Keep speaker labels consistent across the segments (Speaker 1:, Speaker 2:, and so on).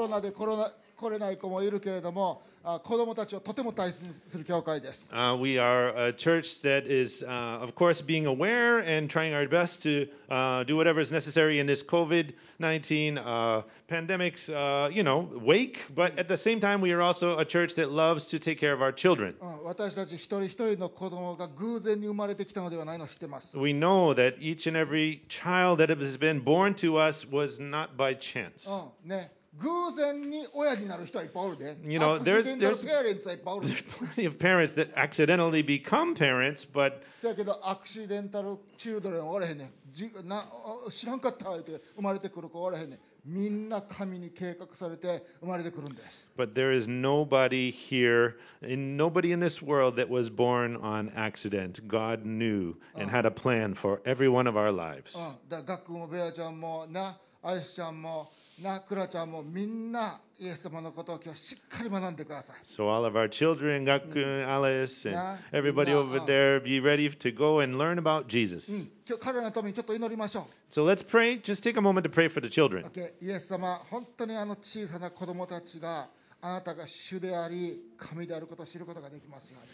Speaker 1: コロナでコロナ来れない子もいるけれども、あ子どもたちをとても大切にする教会です。
Speaker 2: Uh, we are a church that is, uh, of course, being aware and trying our best to uh, do whatever is necessary in this COVID 19 uh, pandemic's, uh, you know, wake. But at the same time, we are also a church that loves to take care of our children.
Speaker 1: うん私たち一人一人の子供が偶然に生まれてきたのではないのを知ってます。
Speaker 2: We know that each and every child that has been born to us was not by chance.
Speaker 1: うんね、偶然に親になる人はいっぱいおるで。
Speaker 2: You know,
Speaker 1: アクシデンタル
Speaker 2: there's- there's-
Speaker 1: ペアレンツはいっぱいおるで。
Speaker 2: Plenty of parents that accidentally become parents, but
Speaker 1: せやけど、アクシデンタルチルドレンおらへんねん。じなあ知らんかったって生まれてくる子おらへんねん。みんな神に計画されて生まれてくるんです。
Speaker 2: but there is nobody here and nobody in this world that was born on accident. God knew and had a plan for every one of our lives.
Speaker 1: うん、だガックンもベアちゃんもなアイスちゃんもなクラちゃんもみんなイエス様のことを今日しっかり学んでください
Speaker 2: So all of our children, Gakun, Alice, and
Speaker 1: Mm. Yeah.
Speaker 2: everybody
Speaker 1: Yeah, Mm.
Speaker 2: over
Speaker 1: uh.
Speaker 2: there, be ready to go and learn about Jesus.
Speaker 1: 今日彼らのためにちょっと祈りましょ
Speaker 2: So let's pray. Just take a moment to pray for the children.
Speaker 1: う OK イエス様本当にあの小さな子供たちがあなたが主であり神であることを知ることができますように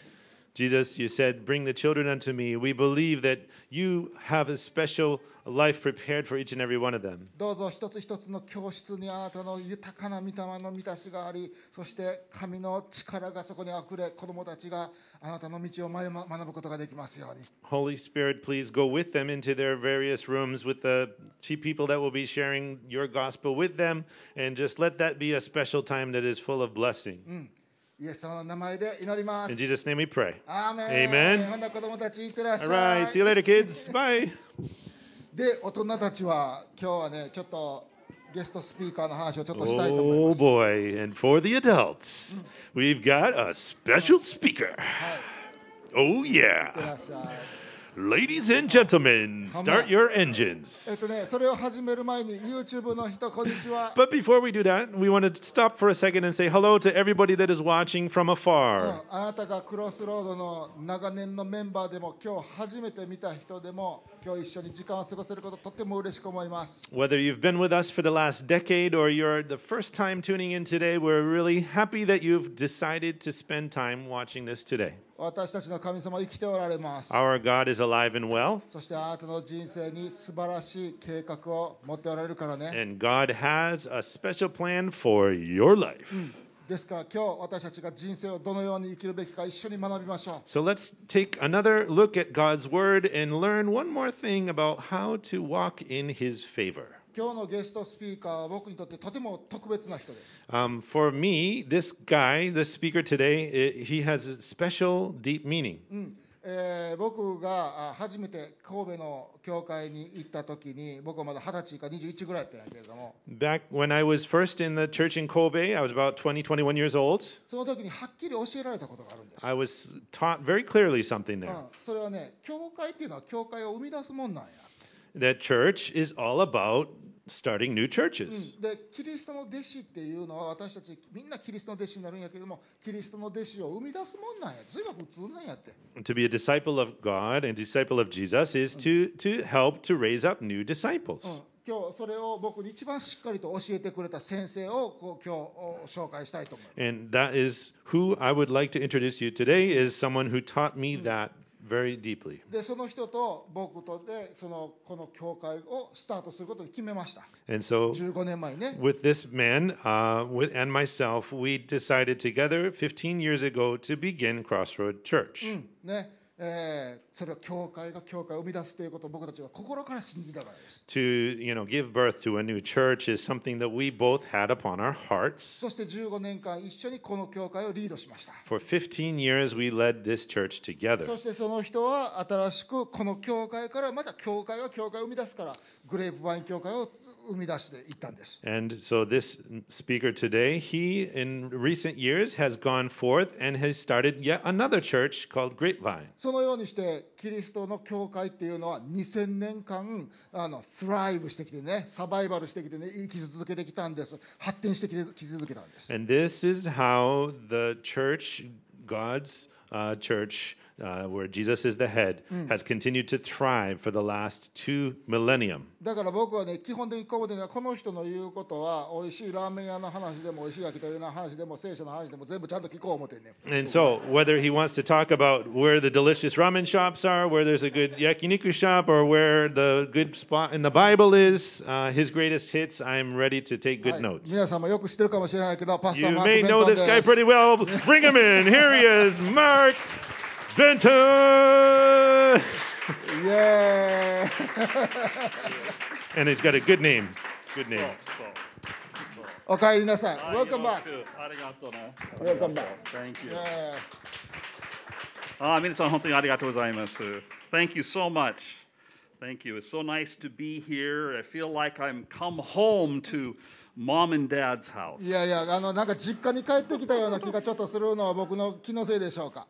Speaker 2: Jesus, you said, Bring the children unto me. We believe that you have a special life prepared for each and every one of them.
Speaker 1: どうぞ一つ一つの教室にあなたの豊かな御霊の満たしがありそして神の力がそこにあふれ子供たちがあなたの道を迷ま学ぶことができますように
Speaker 2: Holy Spirit, please go with them into their various rooms with the two people that will be sharing your gospel with them. And just let that be a special time that is full of blessing.
Speaker 1: イエス様の名前で祈ります
Speaker 2: In Jesus' name we pray.
Speaker 1: アーメン。
Speaker 2: Amen.
Speaker 1: ほんなら子供たちいってらっしゃ
Speaker 2: All
Speaker 1: い。
Speaker 2: right. See you later, kids. Bye.
Speaker 1: で、大人たちは今日はね、ちょっとゲストスピーカーの話をちょっとしたいと思いま
Speaker 2: Oh
Speaker 1: す。
Speaker 2: boy. And for the adults, we've got a special speaker. Oh
Speaker 1: いって
Speaker 2: yeah.
Speaker 1: らっしゃい。
Speaker 2: Ladies and gentlemen,
Speaker 1: on.
Speaker 2: start your
Speaker 1: えっ
Speaker 2: engines.
Speaker 1: とね、それを始める前に YouTube の人こんにちは。
Speaker 2: But before we do that, we want to stop for a second and say hello to everybody that is watching
Speaker 1: う
Speaker 2: from
Speaker 1: ん
Speaker 2: afar.
Speaker 1: あなたがクロスロードの長年のメンバーでも今日初めて見た人でも今日一緒に時間を過ごせることとても嬉しく思います。
Speaker 2: Whether you've been with us for the last decade or you're the first time tuning in today, we're really happy that you've decided to spend time watching this today.
Speaker 1: 私たちの神様生きておられます。
Speaker 2: Our God is alive and well,
Speaker 1: そしてあなたの人生に素晴らしい計画を持っておられるからね。
Speaker 2: and God has a special plan for your life.
Speaker 1: ですから今日私たちが人生をどのように生きるべきか一緒に学びましょ
Speaker 2: So let's take another look at God's word and learn one more thing about how to walk in his favor.
Speaker 1: う今日のゲストスピーカーは僕にとってとても特別な人です
Speaker 2: Um, for me, this guy, this speaker today, i he has a special deep meaning.
Speaker 1: えー僕があ初めて神戸の教会に行った時に僕はまだ二十歳か21ぐらいやったんやけれども
Speaker 2: Back when I was first in the church in Kobe, I was about 20, 21 years old.
Speaker 1: その時にはっきり教えられたことがあるんです、
Speaker 2: I was taught very clearly something
Speaker 1: う
Speaker 2: there.
Speaker 1: ん、それはね教会っていうのは教会を生み出すもんなんや
Speaker 2: That church is all about starting new churches.
Speaker 1: でキリストの弟子っていうのは私たちみんなキリストの弟子になるんやけれどもキリストの弟子を生み出すもんなんや随分普通なんやって
Speaker 2: To be a disciple of God and disciple of Jesus is to, to help to raise up new disciples.
Speaker 1: Oh. 今日それを僕に一番しっかりと教えてくれた先生をこう今日お紹介したいと思います
Speaker 2: And that is who I would like to introduce you today is someone who taught me that very deeply.
Speaker 1: でその人と僕とでそのこの教会をスタートすることに決めました
Speaker 2: And so
Speaker 1: 15年前にね
Speaker 2: with this man uh, with, and myself, we decided together 15 years ago to begin Crossroad Church.
Speaker 1: ね、えーそれは教会が教会を生み出すということを僕たちは心から信じたからです
Speaker 2: To you know, give birth to a new church is something that we both had upon our hearts.
Speaker 1: そして15年間一緒にこの教会をリードしました
Speaker 2: For 15 years, we led this church together.
Speaker 1: そしてその人は新しくこの教会からまた教会が教会を生み出すからグレープワイン教会を生み出していったんです
Speaker 2: And so this speaker today, he in recent years has gone forth and has started yet another church called Grapevine.
Speaker 1: そのようにしてキリストの教会っていうのは2000年間あのスライブしてきてねサバイバルしてきてね生き続けてきたんです発展してきてき続けたんです
Speaker 2: And this is how the church, God's uh, church, uh, where Jesus is the head, has continued to thrive for the last two millennium.
Speaker 1: だから僕はね基本的にこうでねこの人の言うことは美味しいラーメン屋の話でも美味しい焼き鳥の話でも聖書の話でも全部ちゃんと聞こう思ってんねん
Speaker 2: And so, whether he wants to talk about where the delicious ramen shops are, where there's a good yakiniku shop, or where the good spot in the Bible is, uh, his greatest hits, I'm ready to take good
Speaker 1: はい
Speaker 2: notes.
Speaker 1: 皆さんもよく知ってるかもしれないけどパスタ
Speaker 2: You
Speaker 1: マークベ
Speaker 2: may
Speaker 1: ン
Speaker 2: know
Speaker 1: トン
Speaker 2: this
Speaker 1: で
Speaker 2: guy pretty
Speaker 1: す
Speaker 2: well. Bring him in. Here he is, Mark Benton.
Speaker 1: イエーイ
Speaker 2: And he's got a good name. Good name.
Speaker 1: おかえりなさい
Speaker 3: Welcome
Speaker 1: Welcome back
Speaker 3: ありがとうね。
Speaker 1: Welcome back
Speaker 3: Thank you. Ah,
Speaker 1: えー
Speaker 3: あー皆さん本当にありがとうございます。Thank you so much. Thank you. It's so nice to be here. I feel like I'm come home to mom and dad's house.
Speaker 1: いやいやあのなんか実家に帰ってきたような気がちょっとするのは僕の気のせいでしょうか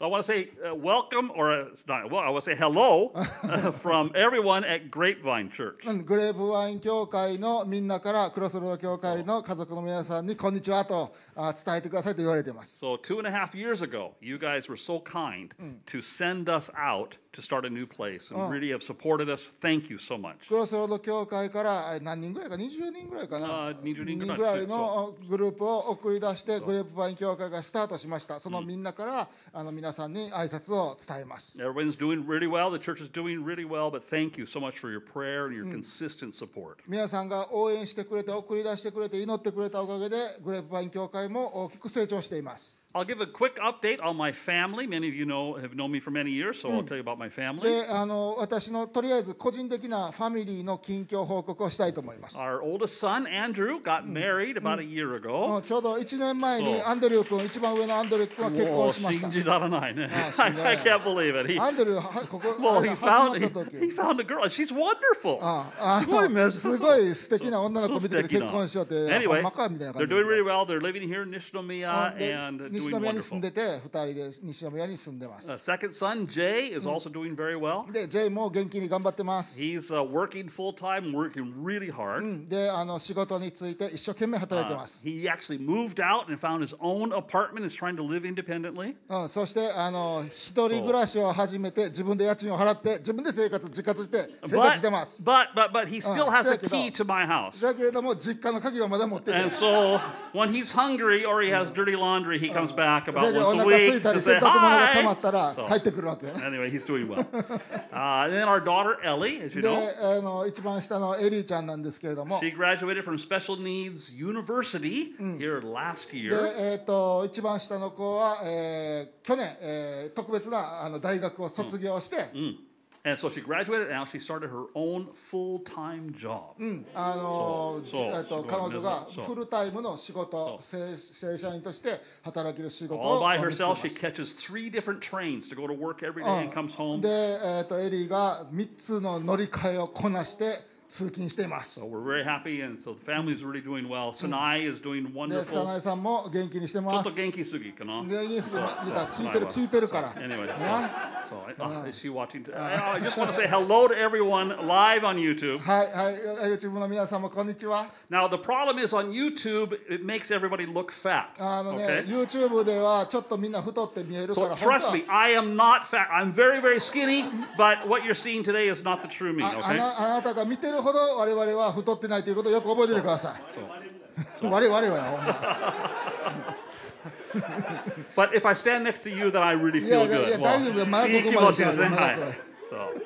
Speaker 3: I want to say uh, welcome, or uh, it's not, well, I want to say hello uh, from everyone at Grapevine Church.
Speaker 1: うんグレープワイン協会のみんなからクロスロード協会の家族の皆さんにこんにちはとあ伝えてくださいと言われてます、
Speaker 3: So, two and a half years ago, you guys were so kind
Speaker 1: Mm.
Speaker 3: to send us out to start a new place
Speaker 1: Oh.
Speaker 3: and really have supported us. Thank you so much.
Speaker 1: クロスロード協会からあれ何人ぐらいか20人ぐらいかな
Speaker 3: あー20人ぐらい
Speaker 1: ぐらいのグループを送り出してグレープワイン協会がスタートしましたそのみんなからあの皆さんに挨拶を伝えます
Speaker 3: Everyone's doing really well. The church is doing really well, but thank you so much for your prayer and your consistent support.
Speaker 1: 皆さんが応援してくれて送り出してくれて祈ってくれたおかげでグレープワイン協会も大きく成長しています
Speaker 3: I'll give a quick update on my family. Many of you know have known me for many years, so I'll tell you about my family.
Speaker 1: であの私のとりあえず個人的なファミリーの近況報告をしたいと思います
Speaker 3: Our oldest son, Andrew, got married about a year
Speaker 1: う
Speaker 3: ago.
Speaker 1: んちょうど1年前に
Speaker 3: そう
Speaker 1: アンドリュー君一番上のアンドリュー君は結婚しました
Speaker 3: 信じられないね。
Speaker 1: あ、信じられない。
Speaker 3: I, I can't believe it. He,
Speaker 1: アンドリューはここ
Speaker 3: well,
Speaker 1: あの
Speaker 3: he
Speaker 1: 始ま
Speaker 3: found
Speaker 1: っ
Speaker 3: he,
Speaker 1: た
Speaker 3: he
Speaker 1: 時
Speaker 3: found a girl. She's wonderful.
Speaker 1: ああ
Speaker 3: すごい
Speaker 1: の
Speaker 3: ね
Speaker 1: すごい素敵な女の子見つけて結婚しようってあほん
Speaker 3: Anyway,
Speaker 1: まかみたいな
Speaker 3: they're
Speaker 1: 感じ
Speaker 3: doing really well. They're living here in Nishinomiya
Speaker 1: で
Speaker 3: and
Speaker 1: で西
Speaker 3: doing
Speaker 1: 宮に住ん
Speaker 3: wonderful.
Speaker 1: でて2人で西宮に住んでます
Speaker 3: Uh, second son, Jay, is also doing very well.
Speaker 1: で J も元気に頑張ってます
Speaker 3: He's uh, working full time, working really hard.
Speaker 1: であの仕事について一生懸命働いて
Speaker 3: Uh,
Speaker 1: ます
Speaker 3: he actually moved out and found his own apartment. Is trying to live independently.
Speaker 1: うん、そしてあの一人暮らしを始めて自分で家賃を払って自分で生活自活して生活
Speaker 3: But
Speaker 1: してます。
Speaker 3: but but but he still has a
Speaker 1: せやけど。
Speaker 3: key to my house.
Speaker 1: だけれども実家の鍵はまだ持ってない。
Speaker 3: And
Speaker 1: だ
Speaker 3: so when he's hungry or he has dirty laundry, he comes back
Speaker 1: け
Speaker 3: about
Speaker 1: どお
Speaker 3: once a
Speaker 1: 腹空い
Speaker 3: week
Speaker 1: たり洗
Speaker 3: to say
Speaker 1: 濯物が溜まった
Speaker 3: hi.
Speaker 1: ら
Speaker 3: So,
Speaker 1: 帰ってくるわけよね。
Speaker 3: anyway, he's doing well. Uh, and then our daughter Ellie, as you
Speaker 1: で
Speaker 3: know,
Speaker 1: あの一番下のエリーちゃんなんですけれども。で
Speaker 3: she graduated from Special Needs University here last year.
Speaker 1: えー、と一番下の子は、えー去年、えー特別なあの大学を卒業して、
Speaker 3: And so she graduated, and now she started her own full time job.
Speaker 1: あのー
Speaker 3: そう
Speaker 1: えっと
Speaker 3: そう
Speaker 1: 彼女が
Speaker 3: そう
Speaker 1: フルタイムの仕事正正社員として働ける仕事
Speaker 3: All
Speaker 1: を
Speaker 3: by
Speaker 1: 見つけま
Speaker 3: herself, she
Speaker 1: す
Speaker 3: catches three different trains to go to work
Speaker 1: う
Speaker 3: every day
Speaker 1: ん
Speaker 3: and comes home.
Speaker 1: で、えー、とエリーが3つの乗り換えをこなして通勤しています
Speaker 3: So we're very happy, and so the family's really doing well. Mm. Sanai is doing
Speaker 1: で早
Speaker 3: wonderful.
Speaker 1: 苗さんも元気にしてます
Speaker 3: Also, Genki Sugi, kana?
Speaker 1: でいいですけどまあ見た
Speaker 3: So,
Speaker 1: 聞いてる
Speaker 3: Sanai
Speaker 1: 聞いてるから
Speaker 3: was- Anyway,
Speaker 1: ね
Speaker 3: so, so, oh, is she watching? t- I I just want to say hello to everyone live on YouTube.
Speaker 1: はいはい YouTube の皆さんもこんにちは
Speaker 3: Now, the problem is on YouTube, it makes everybody look fat.
Speaker 1: あのね、
Speaker 3: Okay?
Speaker 1: YouTube ではちょっとみんな太って見えるから
Speaker 3: So
Speaker 1: 本当は
Speaker 3: trust me, I am not fat. I'm very, very skinny, but what you're seeing today is not the true me,
Speaker 1: ああ
Speaker 3: okay?
Speaker 1: なあなたが見てるほど我々は太ってないということをよく覚えててくださ い我々はよほんま
Speaker 3: But if I stand next to you, then I really feel
Speaker 1: yeah,
Speaker 3: good.
Speaker 1: yeah,
Speaker 3: Well,
Speaker 1: 大丈夫よ。まだここまで
Speaker 3: いい気持ちですね。
Speaker 1: まだこれ。
Speaker 3: はい。So,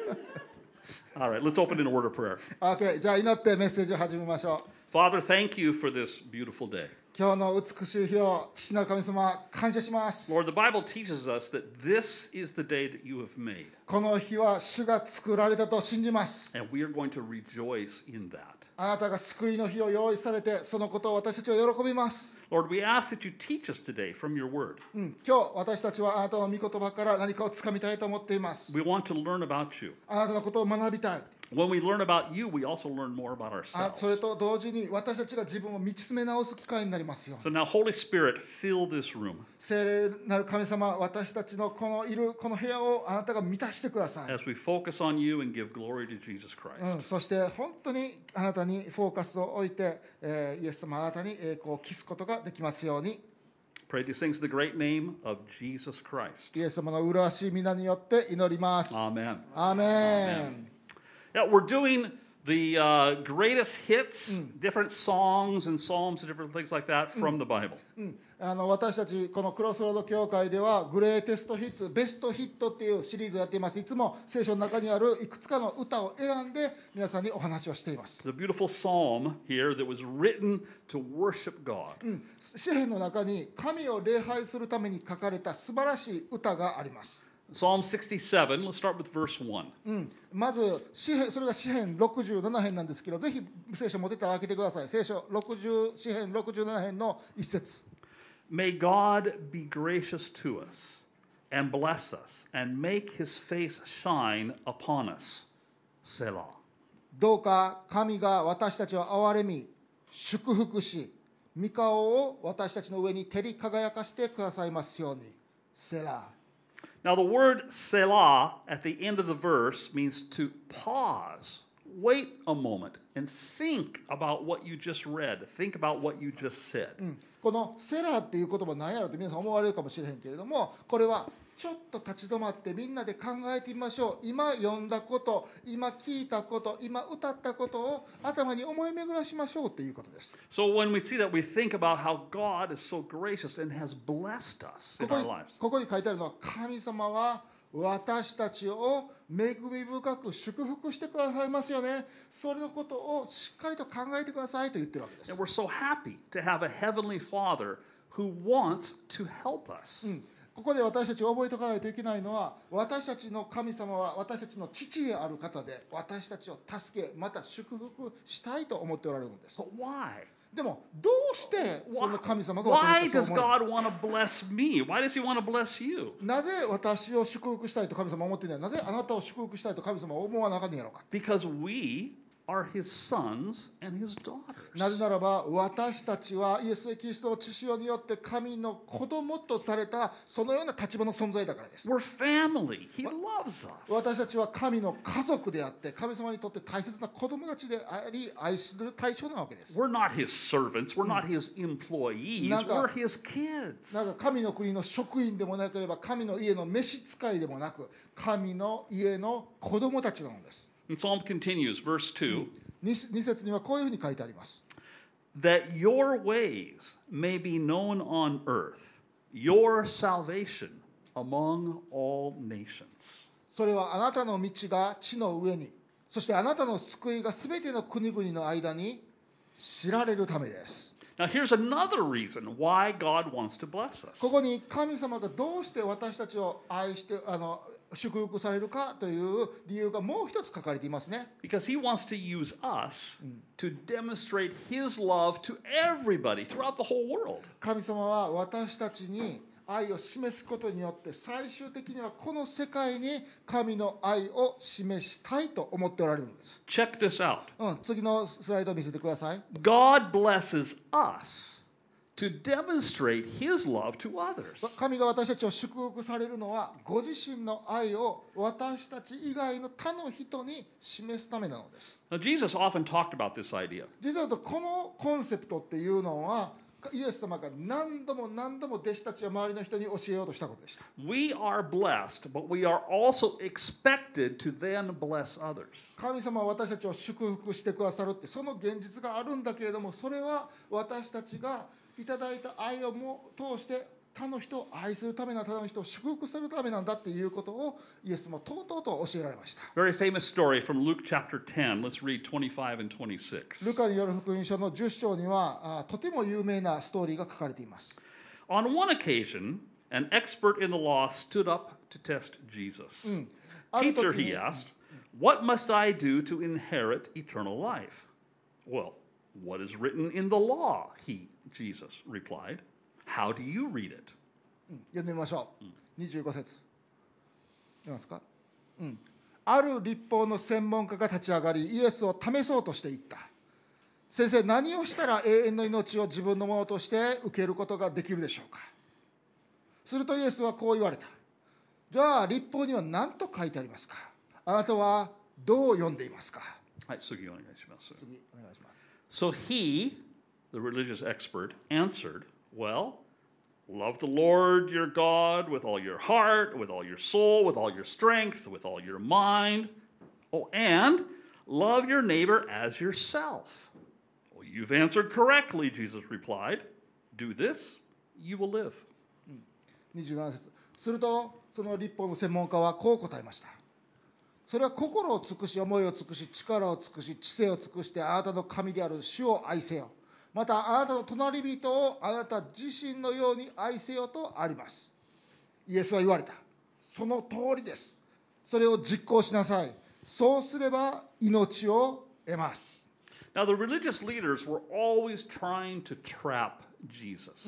Speaker 3: all right, let's open in a word of prayer.
Speaker 1: OK じゃあ祈ってメッセージを始めましょう
Speaker 3: Father, thank you for this beautiful day.
Speaker 1: 今日の美しい日を父なる神様感謝します
Speaker 3: Lord, the Bible teaches us that this is the day that you have made,
Speaker 1: この日は主が作られたと信じます
Speaker 3: and we are going to rejoice in that.
Speaker 1: あなたが救いの日を用意されてそのことを私たちは喜びます、
Speaker 3: Lord, we ask that you teach us today from your word.
Speaker 1: うん、今日私たちはあなたの御言葉から何かをつかみたいと思っています
Speaker 3: We want to learn about you.
Speaker 1: あなたのことを学びたい
Speaker 3: When we learn about you, we also learn more about
Speaker 1: あ
Speaker 3: ourselves.
Speaker 1: それと同時に私たちが自分を見つめ直す機会になりますよ
Speaker 3: So now, Holy Spirit, fill this room
Speaker 1: 聖霊なる神様私たちのこのいるこの部屋をあなたが満たしてください、
Speaker 3: as we focus on you and give glory to Jesus Christ.
Speaker 1: うん、そして本当にあなたにフォーカスを置いて、えーイエス様あなたに栄光を期すことができますように
Speaker 3: Pray these things in the great name of Jesus Christ.
Speaker 1: イエス様の麗しい皆によって祈ります。
Speaker 3: Amen.
Speaker 1: アーメン
Speaker 3: Yeah, we're doing the uh, greatest hits, different songs and psalms and different things like that from the Bible.
Speaker 1: うんあの私たちこのクロスロード教会ではグレーテストヒッツベストヒットっていうシリーズをやっていますいつも聖書の中にあるいくつかの歌を選んで皆さんにお話をしています、
Speaker 3: It's a beautiful psalm here that was written to worship God.
Speaker 1: うん、詩篇の中に神を礼拝するために書かれた素晴らしい歌があります、
Speaker 3: Psalm 67, let's start with verse 1.
Speaker 1: うん、まず詩篇それが詩篇67編なんですけどぜひ聖書持ってたら開けてください聖書60詩篇67編の一節
Speaker 3: May God be gracious to us and bless us and make his face shine upon us. Selah.
Speaker 1: どうか神が私たちを憐れみ、祝福し、御顔を私たちの上に照り輝かしてくださいますように。セラ
Speaker 3: Now, the word Selah at the end of the verse means to pause, wait a moment, and think about what you just read, think about what you just said.
Speaker 1: このセラっていう言葉なんやろって皆さん思われるかもしれへんけれども、これはちょっと立ち止まってみんなで考えてみましょう。今読んだこと、今聞いたこと、今歌ったことを頭に思い巡らしましょうっていうことです。
Speaker 3: So, when we see that, we think about how God is so gracious and has blessed us
Speaker 1: こ
Speaker 3: in
Speaker 1: こ
Speaker 3: our
Speaker 1: に
Speaker 3: lives.
Speaker 1: ここに書いてあるのは神様は私たちを恵み深く祝福してくださいますよねそれのことをしっかりと考えてくださいと言ってるわけです
Speaker 3: And we're so happy to have a Heavenly Father who wants to help
Speaker 1: Mm.
Speaker 3: us.
Speaker 1: ここで私たちが覚えておかないといけないのは私たちの神様は私たちの父へある方で私たちを助けまた祝福したいと思っておられるんです
Speaker 3: But why?
Speaker 1: でもどうしてそ
Speaker 3: Why,
Speaker 1: の神様が
Speaker 3: why
Speaker 1: 私た
Speaker 3: does
Speaker 1: ちを思われ
Speaker 3: God want to bless me? Why does He want to bless you?
Speaker 1: なぜ私を祝福したいと神様は思っていないなぜあなたを祝福したいと神様は思わなあかんねやろうか
Speaker 3: Because we are His sons and His
Speaker 1: な
Speaker 3: daughters.
Speaker 1: ぜならば私たちはイエス・キリストの父親によって神の子供とされたそのような立場の存在だからです
Speaker 3: We're family. He loves us.
Speaker 1: 私たちは神の家族であって神様にとって大切な子供たちであり愛する対象なわけです
Speaker 3: We're not His servants. We're not His employees.
Speaker 1: なんか-
Speaker 3: We're His kids.
Speaker 1: なんか神の国の職員でもなければ神の家の召使いでもなく神の家の子供たちなのです
Speaker 3: And Psalm continues, verse 2
Speaker 1: 2, 節にはこういうふうに書いてあります、
Speaker 3: that your ways may be known on earth, your salvation among all nations.
Speaker 1: それはあなたの道が地の上にそしてあなたの救いがすべての国々の間に知られるためです
Speaker 3: Now, here's another reason why God wants to bless us.
Speaker 1: ここに神様がどうして私たちを愛してあの祝福されるかという理由がもう一つ書かれていますね
Speaker 3: Because he wants to use us to demonstrate his love to everybody throughout the whole world.
Speaker 1: 神様は私たちに愛を示すことによって最終的にはこの世界に神の愛を示したいと思っておられるんです、
Speaker 3: Check this out
Speaker 1: うん、次のスライドを見せてください
Speaker 3: God blesses us to demonstrate his love to others.
Speaker 1: 神が私たちを祝福されるのはご自身の愛を私たち以外の他の人に示すためなのです
Speaker 3: Now, Jesus often talked about this idea.
Speaker 1: 実はこのコンセプトっていうのはイエス様が何度も何度も弟子たちや周りの人に教えようとしたことでした
Speaker 3: We are blessed, but we are also expected to then bless others.
Speaker 1: 神様は私たちを祝福してくださるってその現実があるんだけれどもそれは私たちがいただいた愛をも通して他の人を愛するためな他の人を祝福するためなんだっていうことをイエスもとうとうと教えられました
Speaker 3: Very famous story from Luke chapter 10. Let's read 25 and 26.
Speaker 1: ルカによる福音書の10章にはあとても有名なストーリーが書かれています
Speaker 3: On one occasion, an expert in the law stood up to test Jesus.
Speaker 1: ある
Speaker 3: Teacher,
Speaker 1: 時
Speaker 3: he
Speaker 1: に
Speaker 3: asked, What must I do to inherit eternal life? Well, what is written in the law? He, Jesus, replied. How do you read it?
Speaker 1: 読んでみましょう25節いますか、うん、ある立法の専門家が立ち上がりイエスを試そうとしていった先生何をしたら永遠の命を自分のものとして受けることができるでしょうかするとイエスはこう言われたじゃあ立法には何と書いてありますかあなたはどう読んでいますか
Speaker 3: Hi, Sugi, you want to go, Shimasu?
Speaker 1: 次お願いします
Speaker 3: So he, the religious expert, answered, Well, Love the Lord your God with all your heart, with all your soul, with all your strength, with all your mind. Oh, and love your neighbor as yourself. Well, you've answered correctly, Jesus replied. Do this, you will live.
Speaker 1: 27節するとその立法の専門家はこう答えましたそれは心を尽くし思いを尽くし力を尽くし知性を尽くしてあなたの神である主を愛せよまたあなたの隣人をあなた自身のように愛せよとありますイエスは言われたその通りですそれを実行しなさいそうすれば命を得ます
Speaker 3: Now, the religious leaders were always trying to trap Jesus.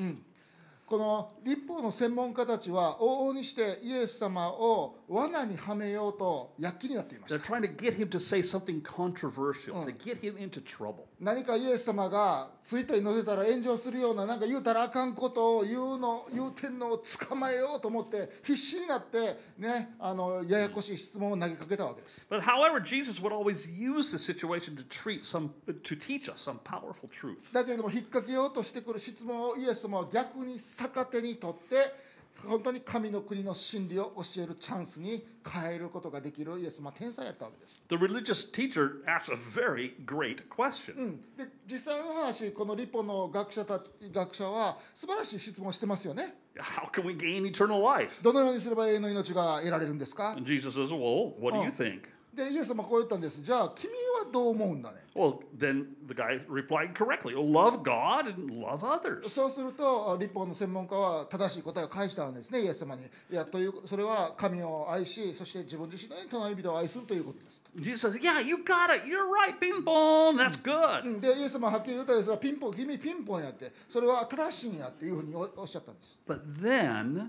Speaker 1: この立法の専門家たちは往々にしてイエス様を罠にはめようと躍起になっていました
Speaker 3: They're trying to get him to say something controversial, to get him into trouble.
Speaker 1: 何かイエス様がツイッターに載せたら炎上するような何か言うたらあかんことを言うの言うてんのを捕まえようと思って必死になってねあのややこしい質問を投げかけたわけです
Speaker 3: But however, Jesus would always use the situation to treat some to teach us some powerful truth.
Speaker 1: だけれども引っ掛けようとしてくる質問をイエス様は逆に逆手にとって本当に神の国の真理を教えるチャンスに変えることができるイエス様は天才やったわけです
Speaker 3: The religious teacher asks a very great question.
Speaker 1: うんで実際の話この立法の学者たち学者は素晴らしい質問をしてますよね
Speaker 3: How can we gain eternal life?
Speaker 1: どのようにすれば永遠の命が得られるんですか
Speaker 3: And Jesus says, "Well, what do
Speaker 1: Oh.
Speaker 3: you think?"
Speaker 1: でイエス様はこう言ったんですじゃあ君はどう思うんだね
Speaker 3: Well, then the guy replied correctly. Oh, love God and love others.
Speaker 1: そうすると立法の専門家は正しい答えを返したんですねイエス様にいやというそれは神を愛しそして自分自身のように隣人を愛するということです
Speaker 3: Jesus says, "Yeah, you got it. You're right. Bing bong. That's
Speaker 1: う
Speaker 3: good."
Speaker 1: んでイエス様ははっきり言ったんですがピンポン君ピンポンやってそれは正しいんやっていうふうにおおっしゃったんです
Speaker 3: But then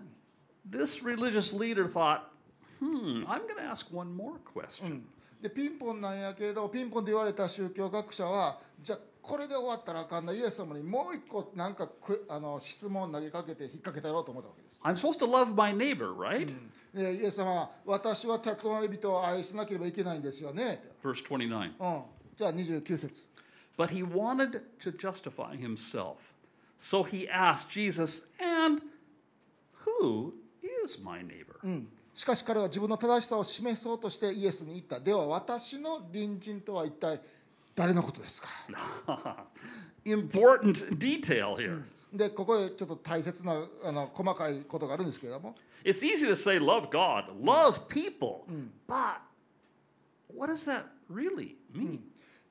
Speaker 3: this religious leader thought, "Hmm, I'm going to ask one more question."
Speaker 1: Hmm. でピンポンなんやけれどもピンポンで言われた宗教学者はじゃあこれで終わったらあかんなイエス様にもう一個なんかくあの質問を投げかけて引っ掛けたろうと思ったわけです
Speaker 3: I'm supposed to love my neighbor, right?
Speaker 1: えーイエス様は私は隣人を愛しなければいけないんですよね。
Speaker 3: Verse 29.
Speaker 1: うん、じゃあ29節
Speaker 3: But he wanted to justify himself. So he asked Jesus, And who is my neighbor?
Speaker 1: しかし彼は自分の正しさを示そうとしてイエスに言った。では私の隣人とは一体誰のことですか
Speaker 3: Important detail here.
Speaker 1: で、ここでちょっと大切なあの細かいことがあるんですけれども、
Speaker 3: It's easy to say, Love God, love people. But what does that really mean?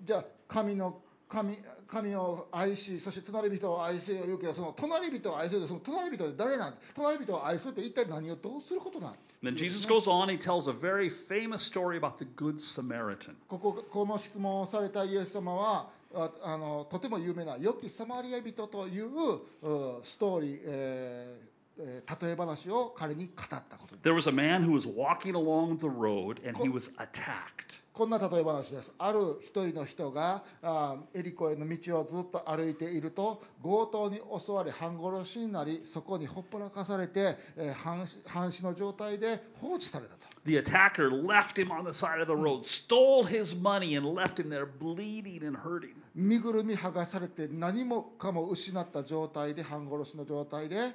Speaker 1: じゃあ神の神神を愛し、そして隣人を愛せよ言うけど、その隣人を愛せよってその隣人って誰なん隣人を愛するって一体何をどうすることなん
Speaker 3: Then Jesus goes on, he tells a very famous story about the Good Samaritan.
Speaker 1: こここの質問をされたイエス様はああのとても有名な「良きサマリア人」といううストーリー、えーえー例え話を彼に語ったこと
Speaker 3: There was a man who was walking along the road and he was attacked.
Speaker 1: こんな例え話ですある一人の人があエリコへの道をずっと歩いていると強盗に襲われ半殺しになりそこにほっぽらかされて、えー半死半死の状態で放置されたと。
Speaker 3: The attacker left him on the side of the road, stole his money, and left him there bleeding and hurting.
Speaker 1: 身ぐるみ剥がされて何もかも失った状態で半殺しの状態で、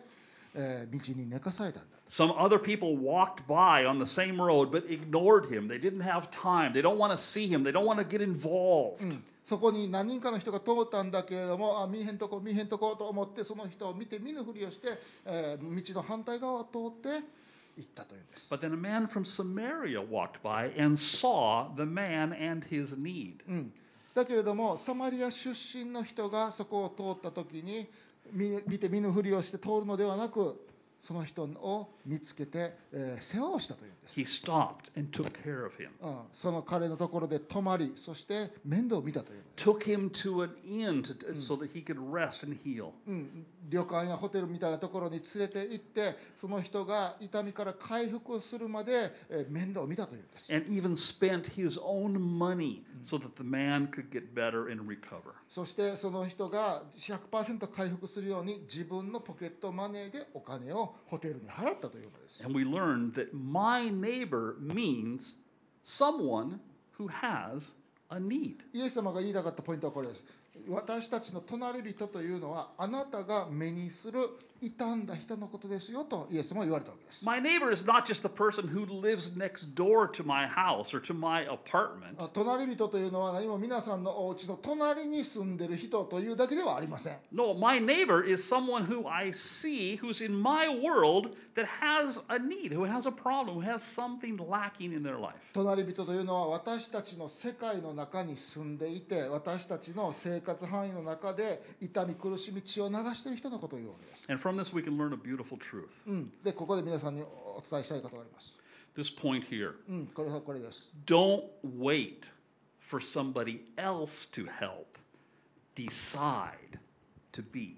Speaker 1: えー道に寝かされたんだ
Speaker 3: Some other people walked by on the same road but ignored him. They didn't have time. They don't want to see him. They don't want to get involved.
Speaker 1: そこに何人かの人が通ったんだけれどもあ見えへんとこ見えへんとこと思ってその人を見て見ぬふりをして、えー道の反対側を通って行ったというんです
Speaker 3: But then a man from Samaria walked by and saw the man and his need.
Speaker 1: だけれどもサマリア出身の人がそこを通った時に見見て見ぬふりをして通るのではなくその人を見つけて、えー世話をしたというんです
Speaker 3: He stopped and took care of him,
Speaker 1: うん、その彼のところで泊まりそして面倒を見たというのです
Speaker 3: took him to an inn to, so that he could rest and heal.
Speaker 1: うん、旅館やホテルみたいなところに連れて行ってその人が痛みから回復するまで、えー面倒を見たというんです
Speaker 3: and even spent his own money so that the man could get better and recover.
Speaker 1: そしてその人が100%回復するように自分のポケットマネーでお金をホテルに払ったというのです
Speaker 3: And we learned that my neighbor means someone who has a need.
Speaker 1: イエス様が言いたかったポイントはこれです私たちの隣人というのはあなたが目にする傷んだ人のことですよとイエスも言われたわけです
Speaker 3: My neighbor is not just the person who lives next door to my house or to my apartment.
Speaker 1: あ隣人というのは何も皆さんのお家の隣に住んでる人というだけではありません
Speaker 3: No, my neighbor is someone who I see who's in my world that has a need, who has a problem, who has something lacking in their life.
Speaker 1: 隣人というのは私たちの世界の中に住んでいて私たちの生活範囲の中で痛み苦しみ血を流している人のことを言うわけです、
Speaker 3: And from this, we can learn a beautiful truth.
Speaker 1: うん、でここで皆さんにお伝えしたいことがあります、
Speaker 3: This point here
Speaker 1: うん、これはこれです
Speaker 3: don't wait for somebody else to help, decide to be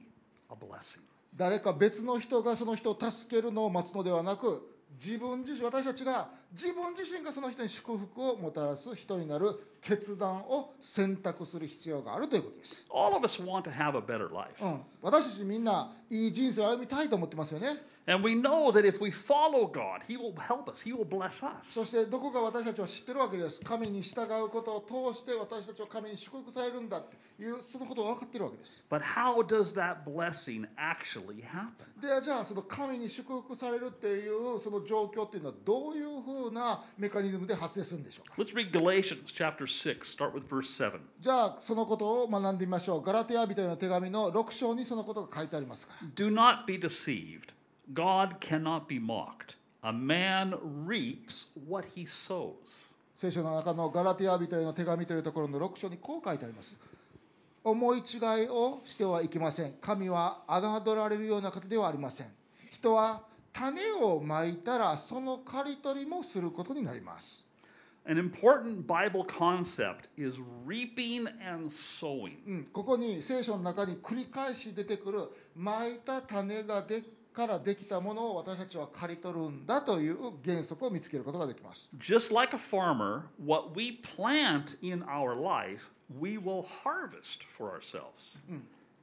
Speaker 3: a blessing.
Speaker 1: 誰か別の人がその人を助けるのを待つのではなく自分自身私たちが自分自身がその人に祝福をもたらす人になる決断を選択する必要があるということです、
Speaker 3: All of us want to have a better life.
Speaker 1: うん、私たちみんないい人生を歩みたいと思ってますよね
Speaker 3: And we know that if we follow God, He will help us, He will bless us.
Speaker 1: そしてどこか私たちは知ってるわけです神に従うことを通して私たちは神に祝福されるんだっていうそのことを分かってるわけです
Speaker 3: But how does that blessing actually happen?
Speaker 1: でじゃあその神に祝福されるっていうその状況っていうのはどういうふうなメカニズムで発生するんでしょうか
Speaker 3: Let's read Galatians chapter 6, start with verse 7.
Speaker 1: じゃあそのことを学んでみましょうガラテヤ人への手紙の6章にそのことが書いてありますから
Speaker 3: Do not be deceived. God cannot be mocked. A man reaps what he sows.
Speaker 1: 聖書の中のガラテヤ人への手紙というところの6章にこう書いてあります思い違いをしてはいけません神は侮られるような方ではありません人は種をまいたらその刈り取りもすることになります
Speaker 3: An important Bible concept is reaping and sowing.
Speaker 1: うん、ここに聖書の中に繰り返し出てくるまいた種がでからできたものを私たちは刈り取るんだという原則を見つけることができます
Speaker 3: Just like a farmer, what we plant in our life, we will harvest for ourselves.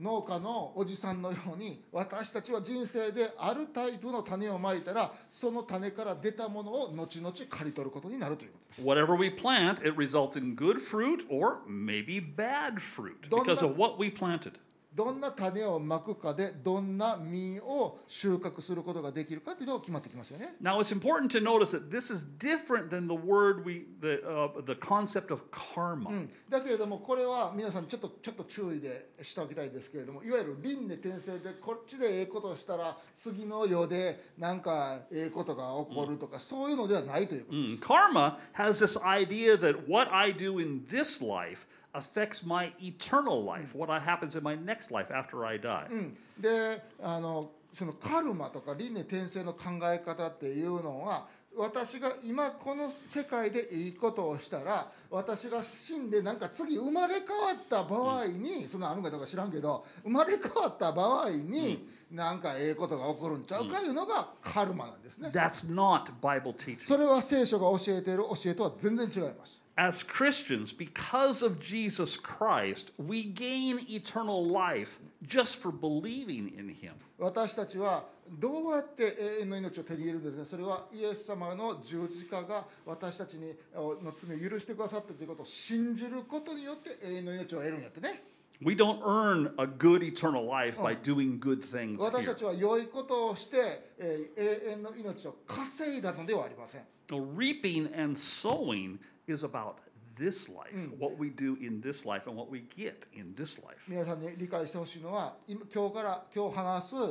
Speaker 1: 農家のおじさんのように私たちは人生であるタイプの種をまいたらその種から出たものを後々刈り取ることになるということです
Speaker 3: Whatever we plant, it results in good fruit or maybe bad fruit
Speaker 1: Don't
Speaker 3: because
Speaker 1: let-
Speaker 3: of what we planted.
Speaker 1: どんな種をまくかでどんな実を収穫することができるかというのが決まってきますよね
Speaker 3: Now, it's important to notice that this is different than the word we, the, uh, the concept of karma.
Speaker 1: うんだけれどもこれは皆さんちょっとちょっと注意でしておきたいんですけれどもいわゆる輪廻転生でこっちでええことをしたら次の世でなんかええことが起こるとか、そういうのではないということです
Speaker 3: Mm, Karma has this idea that what I do in this life affects my eternal life, what happens in my next life after I die.
Speaker 1: うんであのそのカルマとか輪廻転生の考え方っていうのは私が今この世界でいいことをしたら私が死んでなんか次生まれ変わった場合に、そんなあるんかどうか知らんけど生まれ変わった場合に、なんかええことが起こるんちゃうかいうのがカルマなんですね、
Speaker 3: That's not Bible teaching.
Speaker 1: それは聖書が教えている教えとは全然違います、
Speaker 3: As Christians, because of Jesus Christ, we gain eternal life just for believing in him.
Speaker 1: 私たちはどうやって永遠の命を手に入れるんですかそれはイエス様の十字架が私たちにの罪を許してくださったということを信じることによって永遠の命を得るんやってね
Speaker 3: We don't earn a good eternal life by doing good things
Speaker 1: 私た
Speaker 3: here.
Speaker 1: ちは良いことをして、えー永遠の命を稼いだのではありません
Speaker 3: The reaping and sowing is about this life, what we do in this life and what we get in this life.
Speaker 1: 皆さんに理解してほしいのは今今日から今日話す、うん、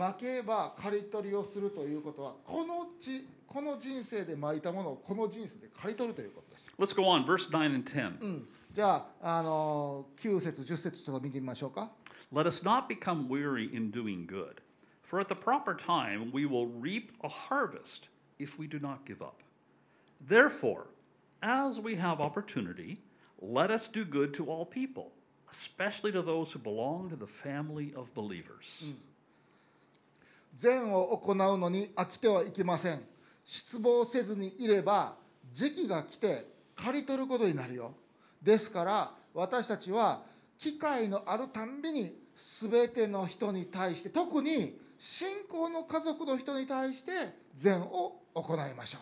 Speaker 1: 負けば刈り取りをするということはこのちこの人生で巻いたものをこの人生で刈り取るということです
Speaker 3: Let's go on, verse 9 and 10.
Speaker 1: うんじゃあ、あの9節10節ちょっと見てみましょうか
Speaker 3: Let us not become weary in doing good, for at the proper time we will reap a harvest if we do not give up. Therefore, as we have opportunity, let us do good to all people, especially to those who belong to the family of believers.
Speaker 1: 善を行うのに飽きてはいけません失望せずにいれば時期が来て刈り取ることになるよですから私たちは機会のあるたんびに全ての人に対して特に信仰の家族の人に対して善を行いましょ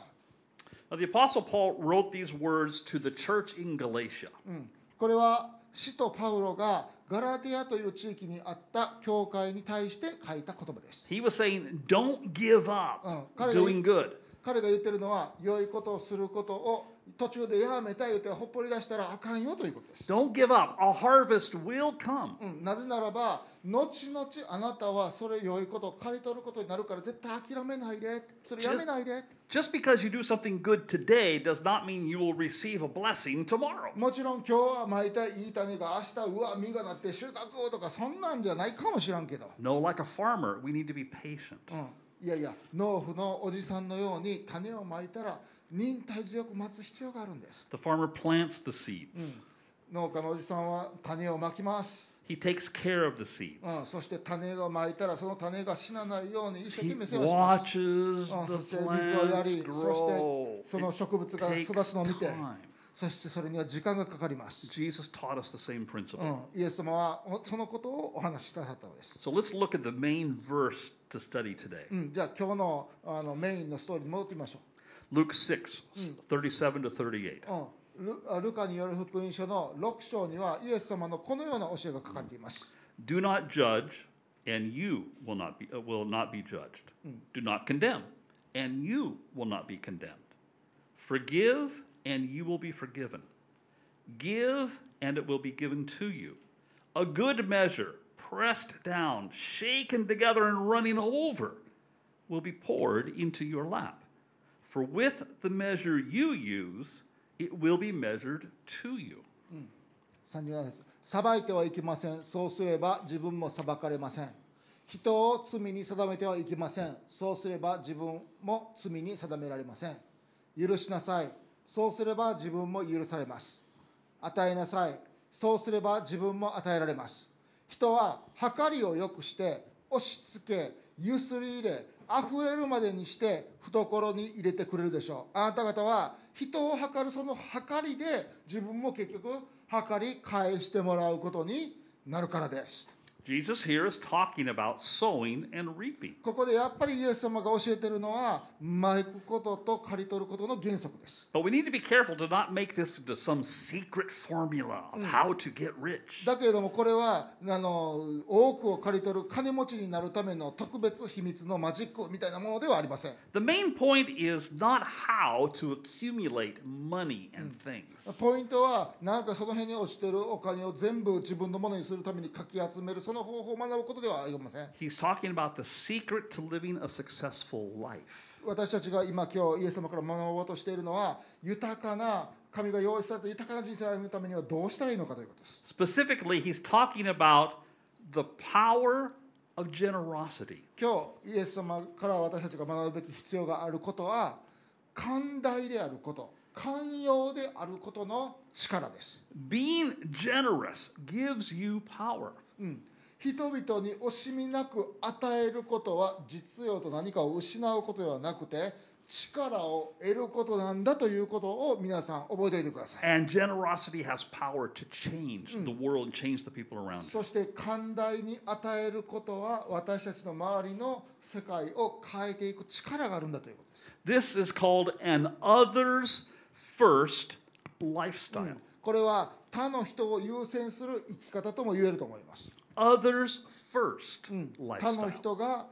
Speaker 3: Now, the Apostle Paul wrote these words to the church in Galatia.
Speaker 1: う、うん、これは使徒パウロがガラティアという地域にあった教会に対して書いた言葉です。
Speaker 3: He was saying, don't give
Speaker 1: Oh,
Speaker 3: up
Speaker 1: correct.
Speaker 3: doing good.
Speaker 1: 彼が言ってるのは良いことをすることを途中でやめたい言うてほっぽり出したらあかんよということです。
Speaker 3: Don't give up. A harvest will come.
Speaker 1: うん、なぜならば後々あなたはそれ良いことを刈り取ることになるから絶対諦めないでそれやめないで
Speaker 3: Just because you do something good today does not mean you will receive a blessing tomorrow.
Speaker 1: もちろん今日は巻いたいい種が明日うわ実がなって収穫をとかそんなんじゃないかもしらんけど、
Speaker 3: No, like a farmer, we need to be patient.
Speaker 1: うん、いやいや農夫のおじさんのように種をまいたら忍耐強く待つ必要があるんです
Speaker 3: The farmer plants the seeds.
Speaker 1: 農家のおじさんは種をまきます、
Speaker 3: He takes care of the seeds.
Speaker 1: うん、そして種をまいたらその種が死なないように一生懸
Speaker 3: He
Speaker 1: 命世話します
Speaker 3: watches
Speaker 1: うんそ
Speaker 3: the
Speaker 1: して水をや
Speaker 3: plants
Speaker 1: りそし
Speaker 3: grow.
Speaker 1: てその植物
Speaker 3: It
Speaker 1: が
Speaker 3: takes
Speaker 1: 育つのを見て
Speaker 3: time.
Speaker 1: そしてそれには時間がかかります、
Speaker 3: Jesus taught us the same
Speaker 1: う
Speaker 3: principle.
Speaker 1: ん、イエス様はおそのことをお話しなさったのです、
Speaker 3: So let's look at the main verse to study today
Speaker 1: うん、じゃあ今日のあのメインのストーリーに戻ってみましょ
Speaker 3: Luke 6, 37 to 38.
Speaker 1: う、うん、ルあルカによる福音書の6章にはイエス様のこのような教えが書かれています、
Speaker 3: Do not judge, and you will not be, uh, will not be judged. Do not condemn, and you will not be condemned. Forgive, and you will be forgiven. Give, and it will be given to you. A good measure, pressed down, shaken together, and running over, will be poured into your lap. For with the measure you use, it will be measured to you.
Speaker 1: 37節裁いてはいけませんそうすれば自分も裁かれません人を罪に定めてはいけませんそうすれば自分も罪に定められません許しなさいそうすれば自分も許されます与えなさいそうすれば自分も与えられます人は計りを良くして押し付けゆすり入れ溢れるまでにして懐に入れてくれるでしょうあなた方は人を測るその計りで自分も結局計り返してもらうことになるからです
Speaker 3: Jesus here is talking about sowing and reaping.
Speaker 1: ここでやっぱりイエス様が教えてるのはまくことと刈り取ることの原則です
Speaker 3: But we need to be careful to not make this into some secret formula of how to get rich.
Speaker 1: だけれどもこれはあの多くを刈り取る金持ちになるための特別秘密のマジックみたいなものではありません
Speaker 3: The main point is not how to accumulate money and things.
Speaker 1: ポイントはなんかその辺に落ちてるお金を全部自分のものにするためにかき集めるその方法を学ぶことではありません
Speaker 3: He's talking about the secret to living a successful life.
Speaker 1: 私たちが今今日イエス様から学ぼうとしているのは豊かな神が用意された豊かな人生を歩むためにはどうしたらいいのかということです
Speaker 3: Specifically, he's talking about the power of generosity.
Speaker 1: 今日イエス様から私たちが学ぶべき必要があることは寛大であること寛容であることの力です、
Speaker 3: Being generous gives you power.
Speaker 1: うん、人々に惜しみなく与えることは実用と何かを失うことではなくて力を得ることなんだということを皆さん覚えておいてください
Speaker 3: And generosity has power to change the world and change the people around you.
Speaker 1: そして寛大に与えることは私たちの周りの世界を変えていく力があるんだということです
Speaker 3: This is called an others first lifestyle.
Speaker 1: これは他の人を優先する生き方とも言えると思います、
Speaker 3: Others first
Speaker 1: 他の
Speaker 3: lifestyle.
Speaker 1: 人が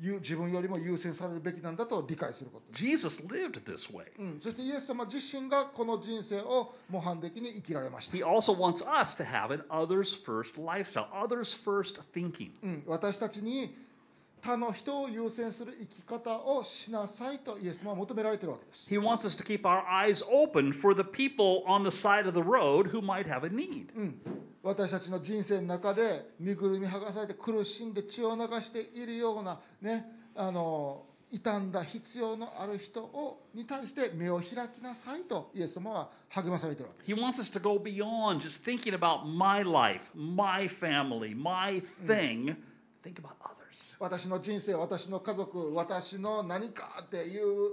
Speaker 1: ゆ自分よりも優先されるべきなんだと理解することです、
Speaker 3: Jesus lived this way.
Speaker 1: うん、そしてイエス様自身がこの人生を模範的に生きられました
Speaker 3: He also wants us to have an others first lifestyle, others first thinking.
Speaker 1: うん、私たちに他の人を優先する生き方をしなさいとイエス様は求められているわけです。
Speaker 3: He wants us to keep our eyes open for the people on the side of the road who might have a need.
Speaker 1: 私たちの人生の中で身ぐるみ剥がされて苦しんで血を流しているようなねあの傷んだ必要のある人をに対して目を開きなさいとイエス様は励まされているわけです
Speaker 3: He wants us to go beyond just thinking about my life, my family, my thing. Think about others.
Speaker 1: 私の人生私の家族私の何かっていう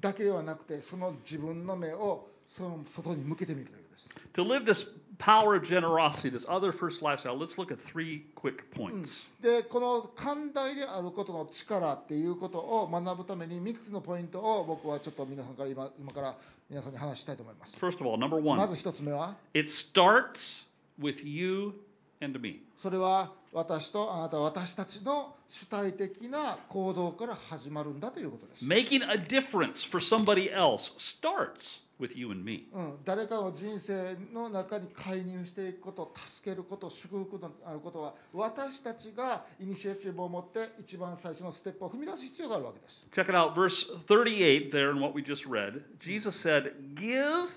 Speaker 1: だけではなくてその自分の目をその外に向けてみるということです
Speaker 3: To live this power of generosity, this other first lifestyle, let's look at three quick points.
Speaker 1: でこの寛大であることの力っていうことを学ぶために3つのポイントを僕はちょっと皆さんから今今から皆さんに話したいと思います
Speaker 3: First of all, number
Speaker 1: ま
Speaker 3: one,
Speaker 1: ず1つ目は
Speaker 3: it starts with you and me.
Speaker 1: それは私とあなた私たちの主体的な行動から始まるんだということです、
Speaker 3: Making a difference for somebody else starts with you and me.
Speaker 1: うん、誰かの人生の中に介入していくこと助けること祝福のあることは私たちがイニシアチブを持って一番最初のステップを踏み出す必要があるわけです
Speaker 3: Check it out, verse 38 there in what we just read. Jesus said, Give,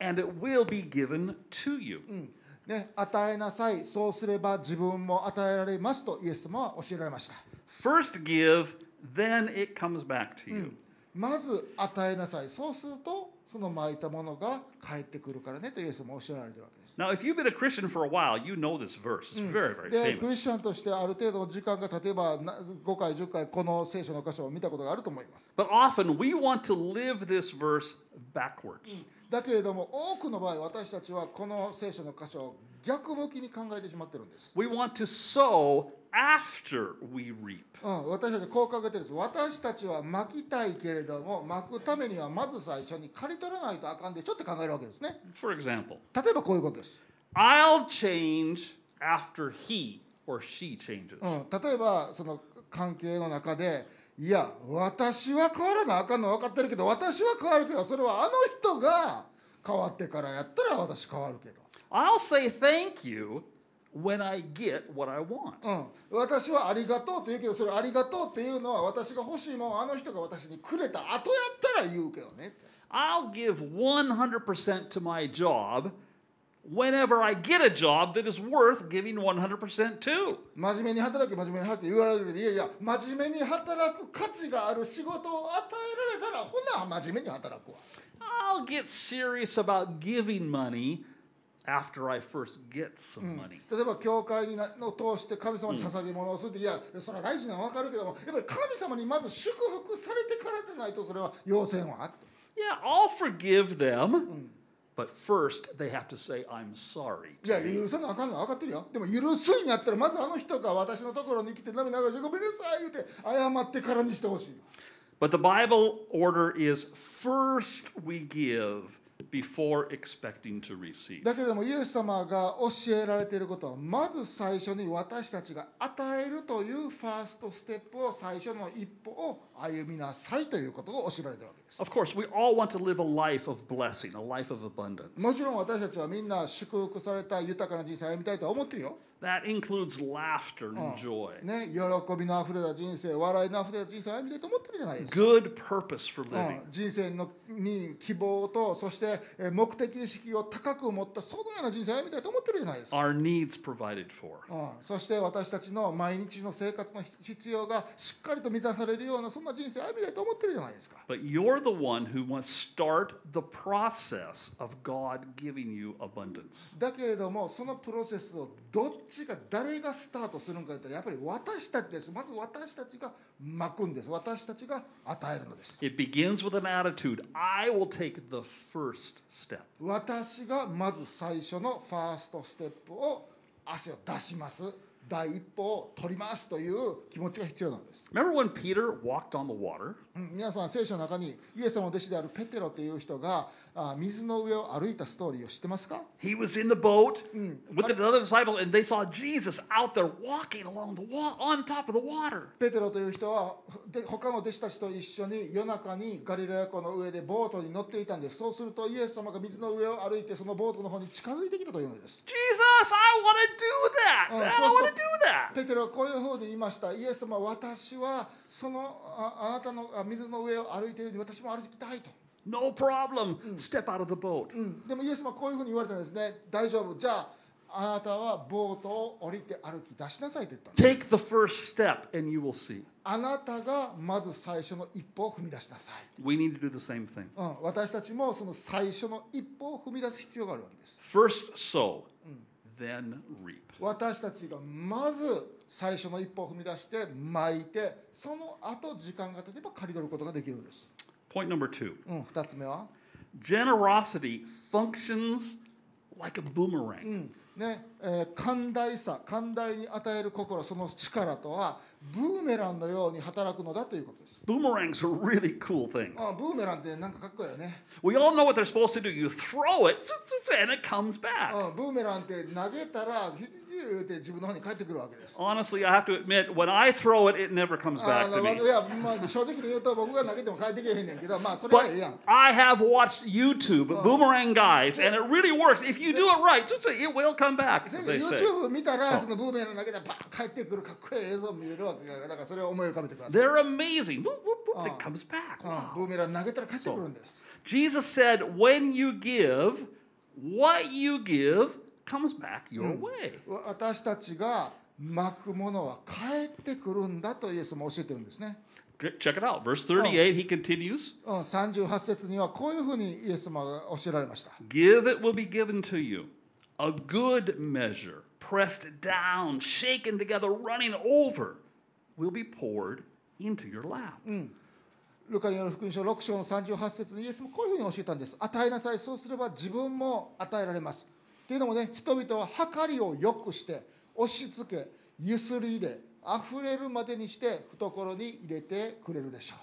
Speaker 3: and it will be given to you.
Speaker 1: Mm. ね、与えなさい、そうすれば自分も与えられますとイエス様は教えられました。
Speaker 3: First give, then it comes back to you.
Speaker 1: まず与えなさい、そうするとその巻いたものが返ってくるからねとイエス様は教えられてるわけです。
Speaker 3: Now, if you've been a Christian for a while, you know this verse. It's very, very
Speaker 1: で、ク
Speaker 3: famous.
Speaker 1: リスチャンとしてある程度の時間が経てばな5回、10回、この聖書の箇所を見たことがあると思います。
Speaker 3: But often we want to live this verse backwards.
Speaker 1: だけれども多くの場合私たちはこの聖書の箇所を逆向きに考えてしまってるんです。
Speaker 3: We want to sow after we reap.
Speaker 1: うん、私たちはこう考えてるんです私たちは巻きたいけれども巻くためにはまず最初に刈り取らないとあかんでしょって考えるわけですね。
Speaker 3: For example,
Speaker 1: 例えばこういうことです、
Speaker 3: I'll change after he or she changes.
Speaker 1: うん、例えばその関係の中でいや私は変わらなあかんのは分かってるけど私は変わるけどそれはあの人が変わってからやったら私変わるけど、
Speaker 3: I'll say thank you when I get what I want.
Speaker 1: うん、私はありがとうって言うけどそれありがとうっていうのは私が欲しいもんあの人が私にくれた後やったら言うけどねって。
Speaker 3: I'll give 100% to my job whenever I get a job that is worth giving 100% to.
Speaker 1: 真面目に働け真面目に働け言われるけどいやいや真面目に働く価値がある仕事を与えられたらほな真面目に働くわ
Speaker 3: I'll get serious about giving money after I first get some money.
Speaker 1: 例えば教会になの通して神様に捧げ物をするって、いやそれは大事なのは分かるけどもやっぱり神様にまず祝福されてからじゃないとそれは要請は
Speaker 3: Yeah, I'll forgive them, but first they have to say, I'm sorry.
Speaker 1: いや許さなあかんのは分かってるよでも許すんやったらまずあの人が私のところに来て涙がしてごめんなさい言うて謝ってからにしてほしい
Speaker 3: But the Bible order is first we give before expecting to receive.
Speaker 1: だけれどもイエス様が教えられていることはまず最初に私たちが与えるというファーストステップを最初の一歩を歩みなさいということを教えられてるわけです
Speaker 3: Of course, we all want to live a life of blessing, a life of abundance.
Speaker 1: もちろん私たちはみんな祝福された豊かな人生を歩みたいとは思ってるよ、
Speaker 3: That includes laughter and joy,
Speaker 1: ね、喜びのあふれた人生笑いのあふれた人生を歩みたいと思ってるじゃないですか、
Speaker 3: good purpose for
Speaker 1: う
Speaker 3: living.
Speaker 1: ん人生のに希望とそしてえー目的意識を高く持ったそのような人生を歩みたいと思ってるじゃないですか
Speaker 3: Our needs provided for.
Speaker 1: うんそして私たちの毎日の生活の必要がしっかりと満たされるようなそんな人生を歩みたいと思ってるじゃないですか
Speaker 3: But you're the one who must start the process of God giving you abundance.
Speaker 1: だけれどもそのプロセスをどっちが誰がスタートするのか言ったらやっぱり私たちですまず私たちが巻くんです私たちが与えるのです
Speaker 3: It begins with an attitude I will take the first step.
Speaker 1: 私がまず最初のファーストステップを足を出します第一歩を取りますという気持ちが必要なんです
Speaker 3: Remember when Peter walked on the water?
Speaker 1: うん皆さん聖書の中にイエス様の弟子であるペテロという人があ水の上を歩いたストーリーを知ってますか
Speaker 3: He was in the boat
Speaker 1: Mm.
Speaker 3: with another disciple, and they saw Jesus out there walking along the wa- on top of the water.
Speaker 1: ペテロという人はで他の弟子たちと一緒に夜中にガリラヤ湖の上でボートに乗っていたんですそうするとイエス様が水の上を歩いてそのボートの方に近づいてきたというのです
Speaker 3: Jesus, I want to do that.
Speaker 1: Oh,
Speaker 3: I
Speaker 1: so- so-
Speaker 3: want to do that.
Speaker 1: ペテロはこういうふうに言いましたイエス様私はそのああなたのあ水の上を歩いているように私も歩きたいと、
Speaker 3: No problem.
Speaker 1: Mm.
Speaker 3: Step out of the boat.
Speaker 1: うんでもイエス様はこういうふうに言われたんですね大丈夫じゃああなたはボートを降りて歩き出しなさいと言ったんです
Speaker 3: Take the first step, and you will see.
Speaker 1: あなたがまず最初の一歩を踏み出しなさい
Speaker 3: We need to do the same thing.
Speaker 1: うん、私たちもその最初の一歩を踏み出す必要があるわけです
Speaker 3: First sow,
Speaker 1: Mm.
Speaker 3: then reap.
Speaker 1: 私たちがまず最初の一歩を踏み出して巻いてその後時間が経てば刈り取ることができるんです、
Speaker 3: Point number two
Speaker 1: うん、2つ目は、
Speaker 3: generosity functions like a
Speaker 1: う
Speaker 3: boomerang.
Speaker 1: んねえー寛大さ寛大に与える心その力とはブーメランのように働くのだということです
Speaker 3: Boomerangs are really cool things.
Speaker 1: あブーメランってなんかかっこいいよね
Speaker 3: We all know what they're supposed to do. You throw it, and it comes back.
Speaker 1: うん、ブーメランって投げたらヒュヒュヒュって自分の方に返ってくるわけです。
Speaker 3: Honestly, I have to admit, when I throw it, it never comes
Speaker 1: あ
Speaker 3: back
Speaker 1: の
Speaker 3: to
Speaker 1: い
Speaker 3: me.
Speaker 1: や、まあ、正直に言うと僕が投げても返ってけへんねんけどまあそれは
Speaker 3: But
Speaker 1: ええやん。
Speaker 3: I have watched YouTube,
Speaker 1: Oh.
Speaker 3: Boomerang Guys, and it really works. If you do it right, it will come back.
Speaker 1: 先
Speaker 3: as
Speaker 1: 生
Speaker 3: they say.
Speaker 1: YouTube 見たらそのブーメラン投げたらバーン返ってくるかっこいい映像見れるわけだからだからそれを思い浮かべてください。
Speaker 3: They're amazing. Boop, boop, boop,
Speaker 1: Oh.
Speaker 3: It comes back.
Speaker 1: うん
Speaker 3: Wow.
Speaker 1: ブーメラン投げたら返ってくるんです。
Speaker 3: Jesus said, when you give, what you give comes back your
Speaker 1: Mm.
Speaker 3: way.
Speaker 1: わ私たちが巻くものは返ってくるんだとイエスも教えてるんですね。
Speaker 3: G- Check it out. Verse 38, he continues
Speaker 1: うん、38節にはこういうふうにイエス様が教えられました。
Speaker 3: Give, it will be given to you. A good measure, pressed down, shaken together, running over, will be poured into your lap.
Speaker 1: ルカによる福音書6章の38節にイエスもこういうふうに教えたんです。与えなさい、そうすれば自分も与えられます。っていうのもね、人々は計りを良くして、押し付け、ゆすり入れ、溢れるまでにして、懐に入れてくれるでしょ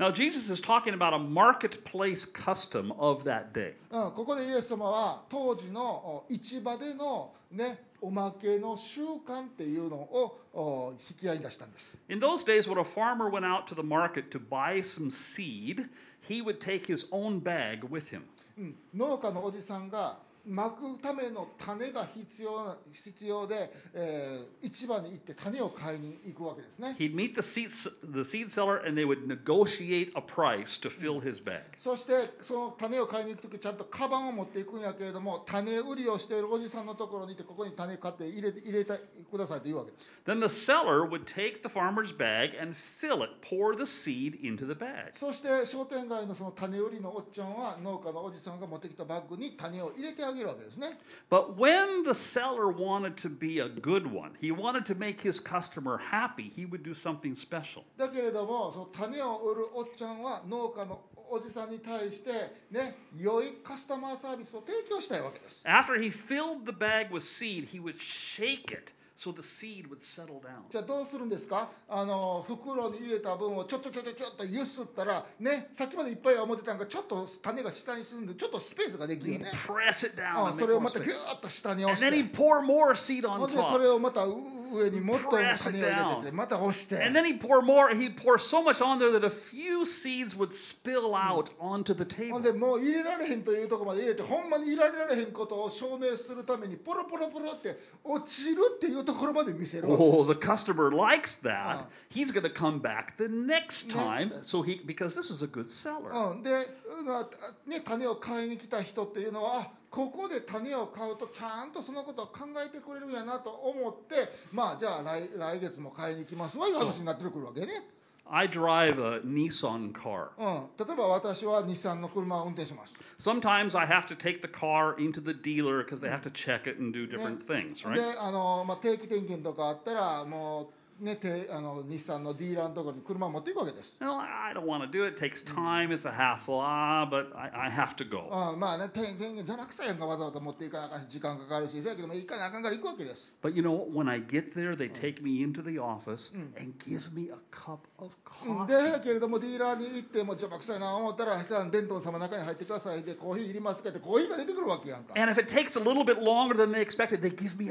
Speaker 3: Now, Jesus is talking about a marketplace custom of that day.
Speaker 1: う。うん、ここでイエス様は、当時のお市場での、ね、おまけの習慣っていうのをお引き合いに出したんです。
Speaker 3: In those days, when a farmer went out to the market to buy some seed, he would take his own bag with him.
Speaker 1: うん農家のおじさんが巻くための種が必要な必要で、えー市場に行って種を買いに行くわけですね
Speaker 3: He'd meet the seed, the seed seller and they would negotiate a price to fill his bag.
Speaker 1: そしてその種を買いに行く時ちゃんとカバンを持っていくんやけれども種売りをしているおじさんのところに行ってここに種買って入れて入れてくださいと言うわけです
Speaker 3: Then the seller would take the farmer's bag and fill it, pour the seed into the bag.
Speaker 1: そして商店街のその種売りのおっちゃんは農家のおじさんが持ってきたバッグに種を入れてあげるわけですね
Speaker 3: But when the seller wanted to be a good one, he wanted to make his customer happy, he would do something special.
Speaker 1: だけれどもその種を売るおっちゃんは農家のおじさんに対してね良いカスタマーサービスを提供したいわけです
Speaker 3: After he filled the bag with seed, he would shake it so the seed would settle down.
Speaker 1: じゃあどうするんですかあの袋に入れた分をちょっとちょっとちょっとゆすったらねさっきまでいっぱいは思ってたんがちょっと種が下に進んでちょっとスペースができるよ
Speaker 3: He'd
Speaker 1: ね
Speaker 3: press it
Speaker 1: あ
Speaker 3: down. And,
Speaker 1: そ
Speaker 3: make
Speaker 1: れを
Speaker 3: more
Speaker 1: またギュ
Speaker 3: space.
Speaker 1: ーッと下に押
Speaker 3: and
Speaker 1: して
Speaker 3: then he'd pour more seed
Speaker 1: ほ
Speaker 3: on
Speaker 1: んでそれ
Speaker 3: top.
Speaker 1: をまたう上にもっと種を入れててまた押して
Speaker 3: And then he'd pour more. He'd pour so much on there that a few seeds would spill out onto the
Speaker 1: ほ
Speaker 3: table.
Speaker 1: んでもう入れられへんというところまで入れてほんまに入れられへんことを証明するためにポロポロポロって落ちるっていうところまで見せるわけ
Speaker 3: Oh, the customer likes that.
Speaker 1: Ah.
Speaker 3: He's going to come back the next time. So he because this is a good seller.
Speaker 1: うん、で、うんあね、種を買いに来た人っていうのはあここで種を買うとちゃんとそのことを考えてくれるんやなと思ってまあじゃあ来来月も買いに来ますわいう話になってくるわけね、
Speaker 3: I drive a Nissan car.
Speaker 1: うん、例えば私は日産の車を運転します、
Speaker 3: Sometimes I have to take the car into the dealer because they have to check it and do different things, right?
Speaker 1: であの、まあ、定期点検とかあったらもう、ね、てあの日産のディーラーのところに車を持っていくわけです
Speaker 3: Well, I don't want to do it. It takes time. It's a hassle. Ah, but I, I have to go.
Speaker 1: うん、まあね、天天じゃなくさやんかわざわざ持っていかなあかんし時間かかるしせやけども行かなあかんから行くわけです、
Speaker 3: But you know what? When I get there, they take me into the office and give me a cup of
Speaker 1: うん、
Speaker 3: coffee.
Speaker 1: でやけれどもディーラーに行っても邪魔くさいな思ったらじゃあ伝統様の中に入ってくださいでコーヒーいりますかってコーヒーが出てくるわけやんか、
Speaker 3: And if it takes a little bit longer than they expected, they give me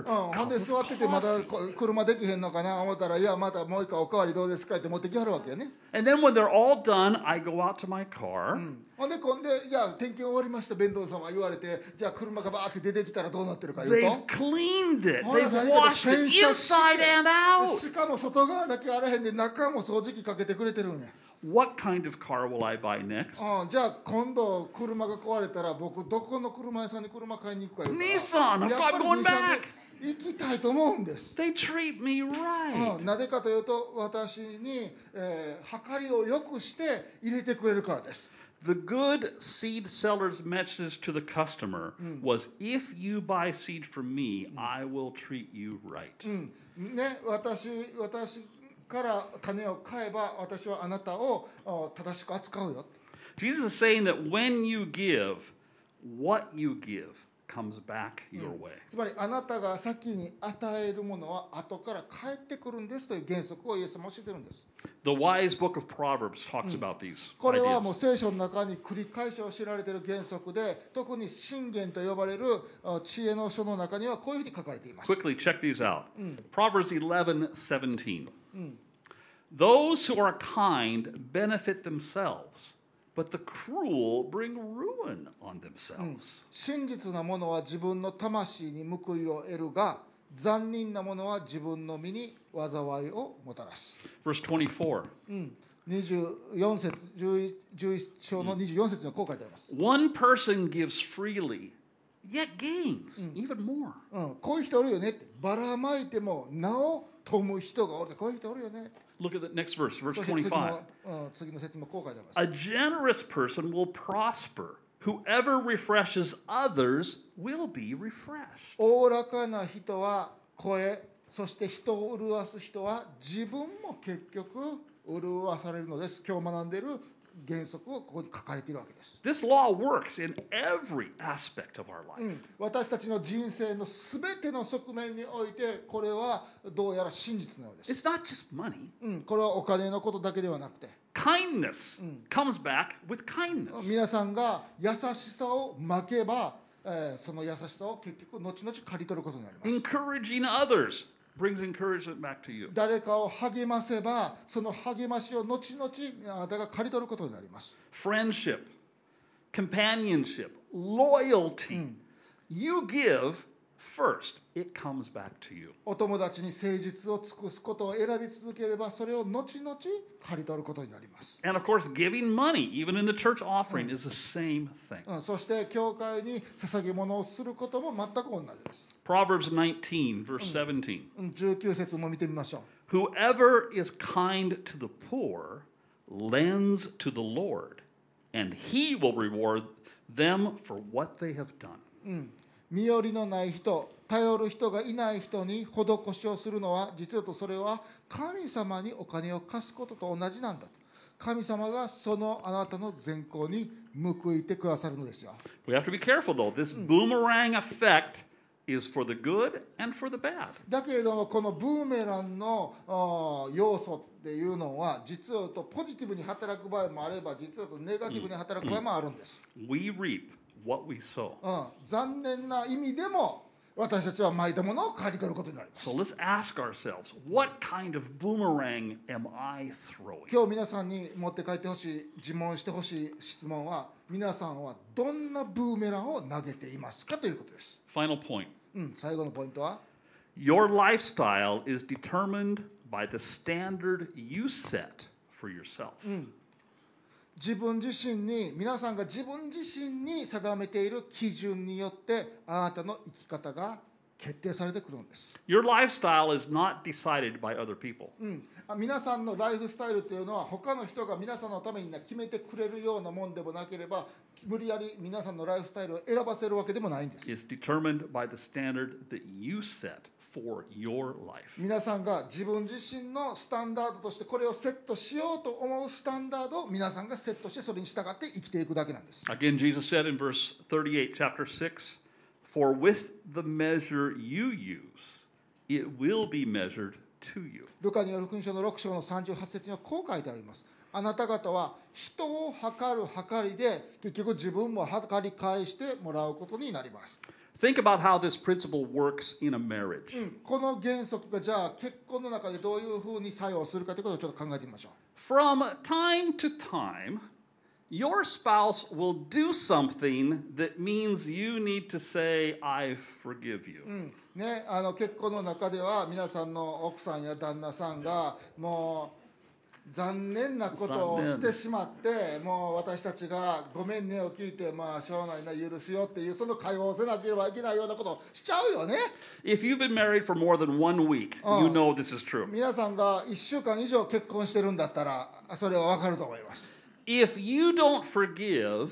Speaker 1: う ん、ほん
Speaker 3: cup
Speaker 1: で
Speaker 3: of
Speaker 1: 座っててまだ
Speaker 3: coffee.
Speaker 1: こ車できへんのかな思ったらいやまたもう一回おかわりどうですかって持ってきはるわけやね、
Speaker 3: And then when they're all done, I go out to my car.
Speaker 1: うん、ほんでこんでじゃあ点検終わりました弁当様言われてじゃあ車がバーって出てきたらどうなってるか言う
Speaker 3: They've
Speaker 1: と
Speaker 3: cleaned it.
Speaker 1: ほら
Speaker 3: They've
Speaker 1: 何
Speaker 3: washed
Speaker 1: か洗
Speaker 3: it
Speaker 1: 車
Speaker 3: inside and
Speaker 1: して
Speaker 3: out.
Speaker 1: しかも外側だけあらへんで中も掃除機かけてくれてるんや
Speaker 3: What kind of car will I buy next?
Speaker 1: うん、じゃあ今度車が壊れたら僕どこの車屋さんに車買いに行くかよ。
Speaker 3: Nissan, I've
Speaker 1: やっぱり
Speaker 3: got going
Speaker 1: 日産に行きたいと思うんです。
Speaker 3: They treat me
Speaker 1: う
Speaker 3: right.
Speaker 1: ん、なぜかというと私に、えー、計りを良くして入れてくれるからです。
Speaker 3: The good seed seller's message to the customer was if you buy seed from me, I will treat you right.
Speaker 1: うん、ね私私から種を買えば私はあなたをあ正しく扱うよ。
Speaker 3: Jesus is saying that when you give, what you give comes back your way.
Speaker 1: つまりあなたが先に与えるものは後から返ってくるんですという原則をイエス様は教えてるんです。
Speaker 3: The wise book of Proverbs talks about these
Speaker 1: これは
Speaker 3: ideas.
Speaker 1: もう聖書の中に繰り返し教えられている原則で特に信玄と呼ばれるあ知恵の書の中にはこういうふうに書かれています。
Speaker 3: Quickly check these out. Proverbs 11, 17.
Speaker 1: Mm.
Speaker 3: Those who are kind benefit themselves, but the cruel bring ruin on themselves.
Speaker 1: 真実なものは自分の魂に報いを得るが残忍なものは自分の身に災いをもたらす、
Speaker 3: Verse 24.
Speaker 1: うん、24節11 11章の24節にはこう書いてあります、
Speaker 3: One person gives freely, yet gains even more.
Speaker 1: うん、こういう人おるよねってばらまいてもなお富む人がおるってこういう人おるよね
Speaker 3: Look at the next verse, verse
Speaker 1: そして次の
Speaker 3: 25.
Speaker 1: うん次の説もこう書いてあります
Speaker 3: A generous person will prosper. Whoever refreshes others will be refreshed.
Speaker 1: おおらかな人は声そして人を潤す人は自分も結局潤わされるのです今日学んでいる原則をここに書かれているわけです
Speaker 3: This law works in every aspect of our
Speaker 1: う
Speaker 3: life.
Speaker 1: ん私たちの人生のすべての側面においてこれはどうやら真実のようです、
Speaker 3: It's not just money.
Speaker 1: うん、これはお金のことだけではなくて
Speaker 3: Kindness comes back with kindness.
Speaker 1: 皆さんが優しさを負けば、えーその優しさを結局後々刈り取ることになります
Speaker 3: Encouraging others brings encouragement back to you.
Speaker 1: 誰かを励ませばその励ましを後々あなたが刈り取ることになります
Speaker 3: Friendship, companionship, loyalty. You give first, it comes back to you.
Speaker 1: お友達に誠実を尽くすことを選び続ければそれを後々刈り取ることになります
Speaker 3: And of course, giving money, even in the church offering, is the same thing.
Speaker 1: うんそして教会に捧げ物をすることも全く同じです
Speaker 3: Proverbs 19, verse 17.
Speaker 1: うん19節も見てみましょう
Speaker 3: Whoever is kind to the poor lends to the Lord, and he will reward them for what they have done.
Speaker 1: 身寄りのない人頼る人がいない人に施しをするのは実はとそれは神様にお金を貸すことと同じなんだと神様がそのあなたの善行に報いてくださるのですよ
Speaker 3: We have to be careful, though. This boomerang effect is for the good and for the bad.
Speaker 1: だけれどもこのブーメランのあー要素っていうのは実はとポジティブに働く場合もあれば実はとネガティブに働く場合もあるんです、
Speaker 3: We reap what we sow.
Speaker 1: うん、残念な意味でも私たちは巻いたものを刈り取ることになります
Speaker 3: So let's ask ourselves what kind of boomerang am I throwing?
Speaker 1: 今日皆さんに持って帰ってほしい自問してほしい質問は皆さんはどんなブーメランを投げていますかということです、
Speaker 3: Final point
Speaker 1: うん、最後のポイントは
Speaker 3: Your lifestyle is determined by the standard you set for yourself.
Speaker 1: 自分自身に皆さんが自分自身に定めている基準によってあなたの生き方が決定されてくるんです、
Speaker 3: Your lifestyle is not decided by other people.
Speaker 1: うん、あ皆さんのライフスタイルっていうのは他の人が皆さんのためにな決めてくれるようなもんでもなければ無理やり皆さんのライフスタイルを選ばせるわけでもないんです、
Speaker 3: It's determined by the standard that you set for your life.
Speaker 1: 皆さんが自分自身のスタンダードとしてこれをセットしようと思うスタンダードを皆さんがセットしてそれに従って生きていくだけなんです、
Speaker 3: Again, Jesus said in verse 38, chapter 6 For with the measure you use, it will be measured to you.
Speaker 1: ルカによる福音書の6章の38節にはこう書いてありますあなた方は人を測る測りで結局自分も測り返してもらうことになります、
Speaker 3: Think about how this principle works in a marriage.
Speaker 1: うんこの原則がじゃあ結婚の中でどういうふうに作用するかということをちょっと考えてみましょう
Speaker 3: From time to time, your spouse will do something that means you need to say, I forgive you.
Speaker 1: ね、あの結婚の中では皆さんの奥さんや旦那さんがもう残念なことを
Speaker 3: 残念
Speaker 1: してしまってもう私たちが「ごめんね」を聞いて「まあしょうがないな許すよ」っていうその会話をせなければいけないようなことをしちゃうよね
Speaker 3: If you've been married for more than one week,
Speaker 1: Oh.
Speaker 3: you know this is true.
Speaker 1: 皆さんが1週間以上結婚してるんだったらそれはわかると思います
Speaker 3: If you don't forgive,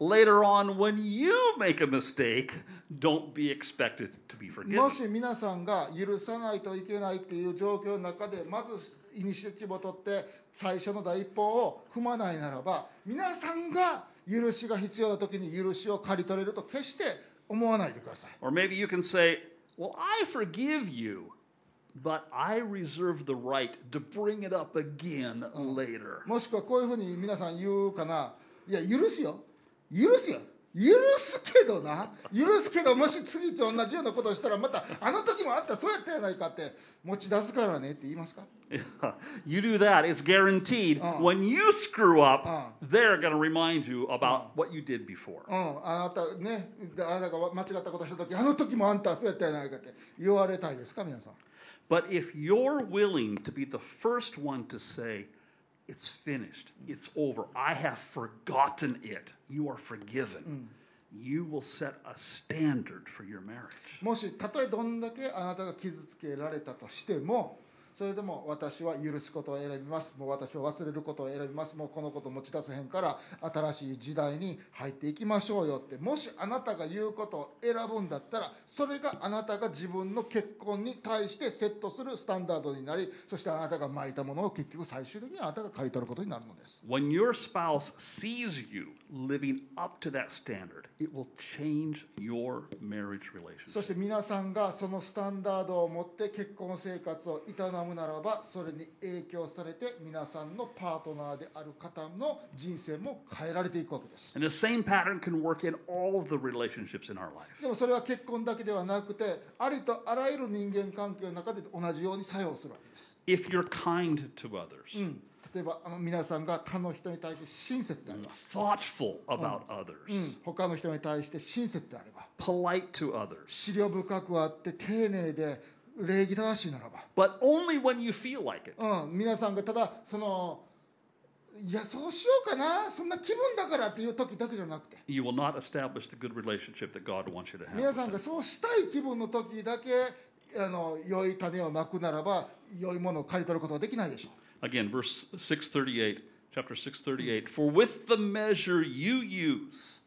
Speaker 3: later on when you make a mistake, don't be expected to be
Speaker 1: も
Speaker 3: forgiven.
Speaker 1: し皆さんが許さないといけないっていう状況の中でまずイニシアチブを取って最初の第一歩を踏まないならば皆さんが許しが必要な時に許しを刈り取れると決して思わないでください
Speaker 3: Or maybe you can say, Well, I forgive you, but I reserve the right to bring it up again later.
Speaker 1: もしくはこういうふうに皆さん言うかな、いや、許すよ、許すよ、許すけどな、許すけど、もし次と同じようなことをしたら、また、あの時もあった、そうやったやないかって、持ち出すからねって言いますか、
Speaker 3: you do that, it's guaranteed. When you screw up, they're going to remind you about what you did before.
Speaker 1: うん、あなたね、あなたが間違ったことした時あの時もあんた、そうやったやないかって言われたいですか、皆さん。
Speaker 3: But if you're willing to be the first one to say, it's finished, it's over, I have forgotten it, you are forgiven, you will set a standard for your marriage.
Speaker 1: もしたとえどんだけあなたが傷つけられたとしてもそれでも私は許すことを選びますもう私は忘れることを選びますもうこのこと持ち出せへんから新しい時代に入っていきましょうよってもしあなたが言うことを選ぶんだったらそれがあなたが自分の結婚に対してセットするスタンダードになりそしてあなたが巻いたものを結局最終的にあなたが刈り取ることになるのです
Speaker 3: When your spouse sees you living up to that standard, it will change your marriage
Speaker 1: そ
Speaker 3: relationship.
Speaker 1: して皆さんがそのスタンダードを持って結婚生活を営むならばそれに影響されて皆さんのパートナーである方の人生も変えられていくわけです
Speaker 3: And the same pattern can work in all of the relationships in our life.
Speaker 1: でもそれは結婚だけではなくてありとあらゆる人間関係の中で同じように作用するわけです
Speaker 3: If you're kind to others,
Speaker 1: 例えばあの皆さんが他の人に対して親切であれば、
Speaker 3: thoughtful about others,
Speaker 1: 他の人に対して親切であれば
Speaker 3: polite to others,
Speaker 1: 思慮深くあって丁寧で礼儀正しいならば
Speaker 3: but only when you feel like it.
Speaker 1: うん、皆さんがただそのいやそうしようかなそんな気分だからっていう時だけじゃなくて
Speaker 3: You will not establish the good relationship that God wants you to
Speaker 1: 皆
Speaker 3: have.
Speaker 1: さんがそうしたい気分の時だけあの良い種をまくならば良いものを刈り取ることはできないでしょ
Speaker 3: Again, verse 638, chapter 638 For with the measure you use,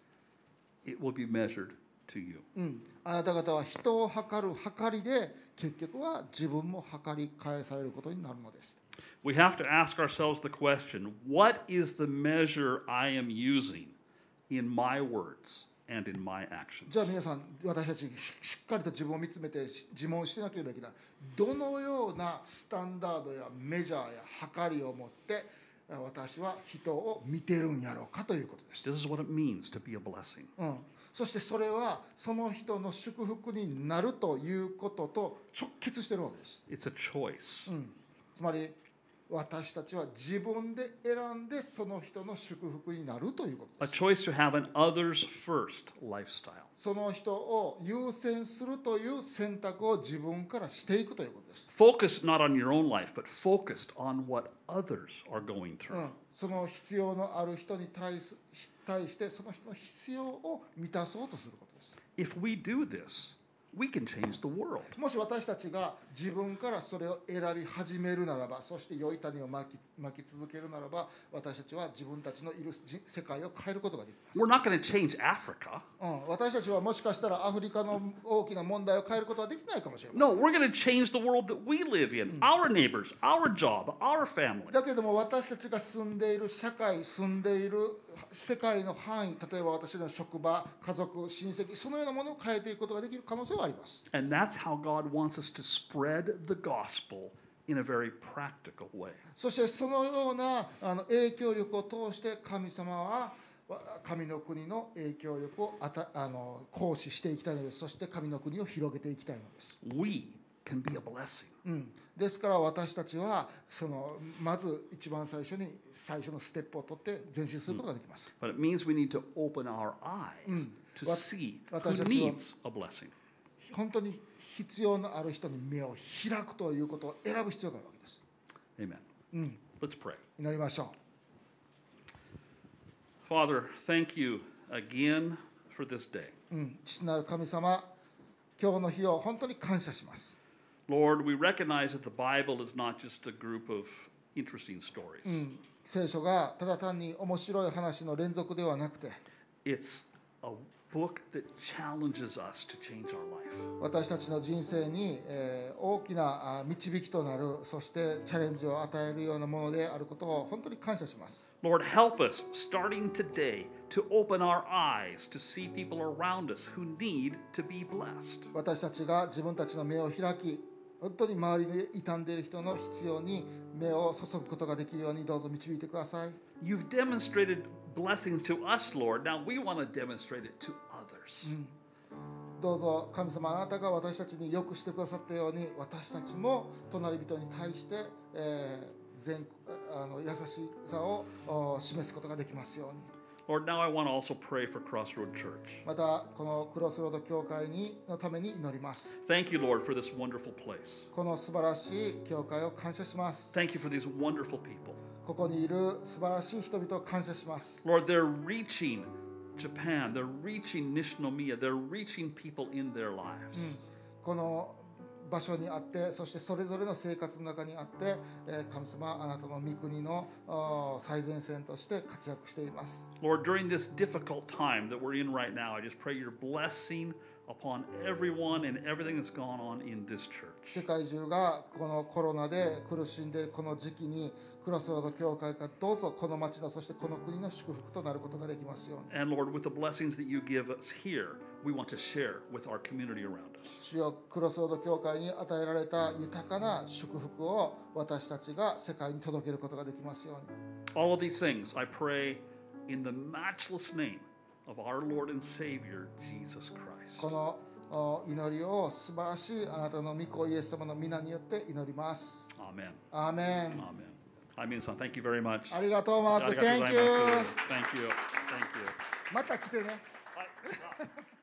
Speaker 3: it will be measured to you.
Speaker 1: う、うん、あなた方は人を測る測りで結局は自分も測り返されることになるのです
Speaker 3: We have to ask ourselves the question what is the measure I am using in my words and in my actions?
Speaker 1: じゃあ皆さん私たちししっかりと自分を見つめてし自問してなければいけないどのようなスタンダードやメジャーや測りを持ってあ私は人を見てるんやろうかということです、
Speaker 3: This is what it means to be a blessing.
Speaker 1: うん、そしてそれはその人の祝福になるということと直結してるわけです
Speaker 3: It's a choice.
Speaker 1: Mm. つまり私たちは自分で選んでその人の祝福になるということ
Speaker 3: A choice to have an others first lifestyle.
Speaker 1: その人を優先するという選択を自分からしていくということです
Speaker 3: Focused not on your own life, but focused on what others are going
Speaker 1: う
Speaker 3: through.
Speaker 1: ん、その必要のある人に対す対してその人の必要を満たそうとすることです
Speaker 3: If we do this, we can change the world.
Speaker 1: もし私たちが自分からそれを選び始めるならばそして良い種をまきまき続けるならば私たちは自分たちのいるじ世界を変えることができ
Speaker 3: We're not going to change Africa.
Speaker 1: る、うん、私たちはもしかしたらアフリカの大きな問題を変えることはできないかもしれない
Speaker 3: No, we're going to change the world that we live
Speaker 1: Mm.
Speaker 3: in, our neighbors, our job, our family.
Speaker 1: だけども私たちが住んでいる社会住んでいる世界の範囲例えば私の職場家族親戚そのようなものを変えていくことができる可能性はあります
Speaker 3: And that's how God wants us to spread the gospel in a very practical way.
Speaker 1: そしてそのようなあの影響力を通して神様はわ神の国の影響力をあたあの行使していきたいのですそして神の国を広げていきたいのです、
Speaker 3: We can be a blessing.
Speaker 1: うん、ですから私たちはそのまず一番最初に最初のステップを取って前進することができます、
Speaker 3: But it means we need to open our eyes to
Speaker 1: Mm. Wat-
Speaker 3: see
Speaker 1: wat
Speaker 3: who
Speaker 1: is het,
Speaker 3: needs a blessing.
Speaker 1: 本当に必要のある人に目を開くということを選ぶ必要があるわけです
Speaker 3: Amen.
Speaker 1: Mm.
Speaker 3: Let's pray.
Speaker 1: 祈りましょう
Speaker 3: Father, thank you again for this day.
Speaker 1: うん、父なる神様今日の日を本当に感謝します
Speaker 3: Lord, we recognize that the Bible is not just a group of interesting stories.
Speaker 1: Mm. 聖書がただ単に面白い話の連続ではなくて
Speaker 3: It's a book that challenges us to change our life.
Speaker 1: 私たちの人生に、えー大きなあ導きとなるそしてチャレンジを与えるようなものであることを本当に感謝します
Speaker 3: Lord, help us starting today to open our eyes to see people around us who need to be blessed.
Speaker 1: 私たちが自分たちの目を開き本当に周りで傷んでいる人の必要に目を注ぐことができるようにどうぞ導いてください
Speaker 3: You've demonstrated blessings to us, Lord. Now we want to demonstrate it to others.
Speaker 1: どうぞ神様あなたが私たちによくしてくださったように私たちも隣人に対して、えー全あの優しさをお示すことができますように
Speaker 3: Lord, now I want to also pray for Crossroad Church.
Speaker 1: またこのクロスロード教会にのために祈ります
Speaker 3: Thank you, Lord, for this wonderful place.
Speaker 1: この素晴らしい教会を感謝します
Speaker 3: Thank you for these wonderful people.
Speaker 1: ここにいる素晴らしい人々を感謝します
Speaker 3: Lord, they're reaching Japan, they're reaching Nishinomiya, they're reaching people in their lives.
Speaker 1: この場所にあってそしてそれぞれの生活の中にあって、えー神様あなたの御国のお最前線として活躍しています
Speaker 3: Lord, during this difficult time that we're in right now, I just pray your blessing upon everyone and everything that's gone on in this church.
Speaker 1: 世界中がこのコロナで苦しんでいるこの時期にクロスロード教会がどうぞこの町のそしてこの国の祝福となることができますように
Speaker 3: And Lord, with the blessings that you give us here, we want to share with our community around us.
Speaker 1: 主よクロスロード教会に与えられた豊かな祝福を私たちが世界に届けることができますように
Speaker 3: All of these things I pray in the matchless name of our Lord and Savior, Jesus
Speaker 1: こ
Speaker 3: Christ.
Speaker 1: のお祈りを素晴らしいあなたの御子イエス様の皆によって祈ります
Speaker 3: Amen.
Speaker 1: アーメン
Speaker 3: Amen. I mean, so thank you very much.
Speaker 1: ありがとうマーク Thank you
Speaker 3: Thank you. Thank you.
Speaker 1: また来てね
Speaker 3: Thank you.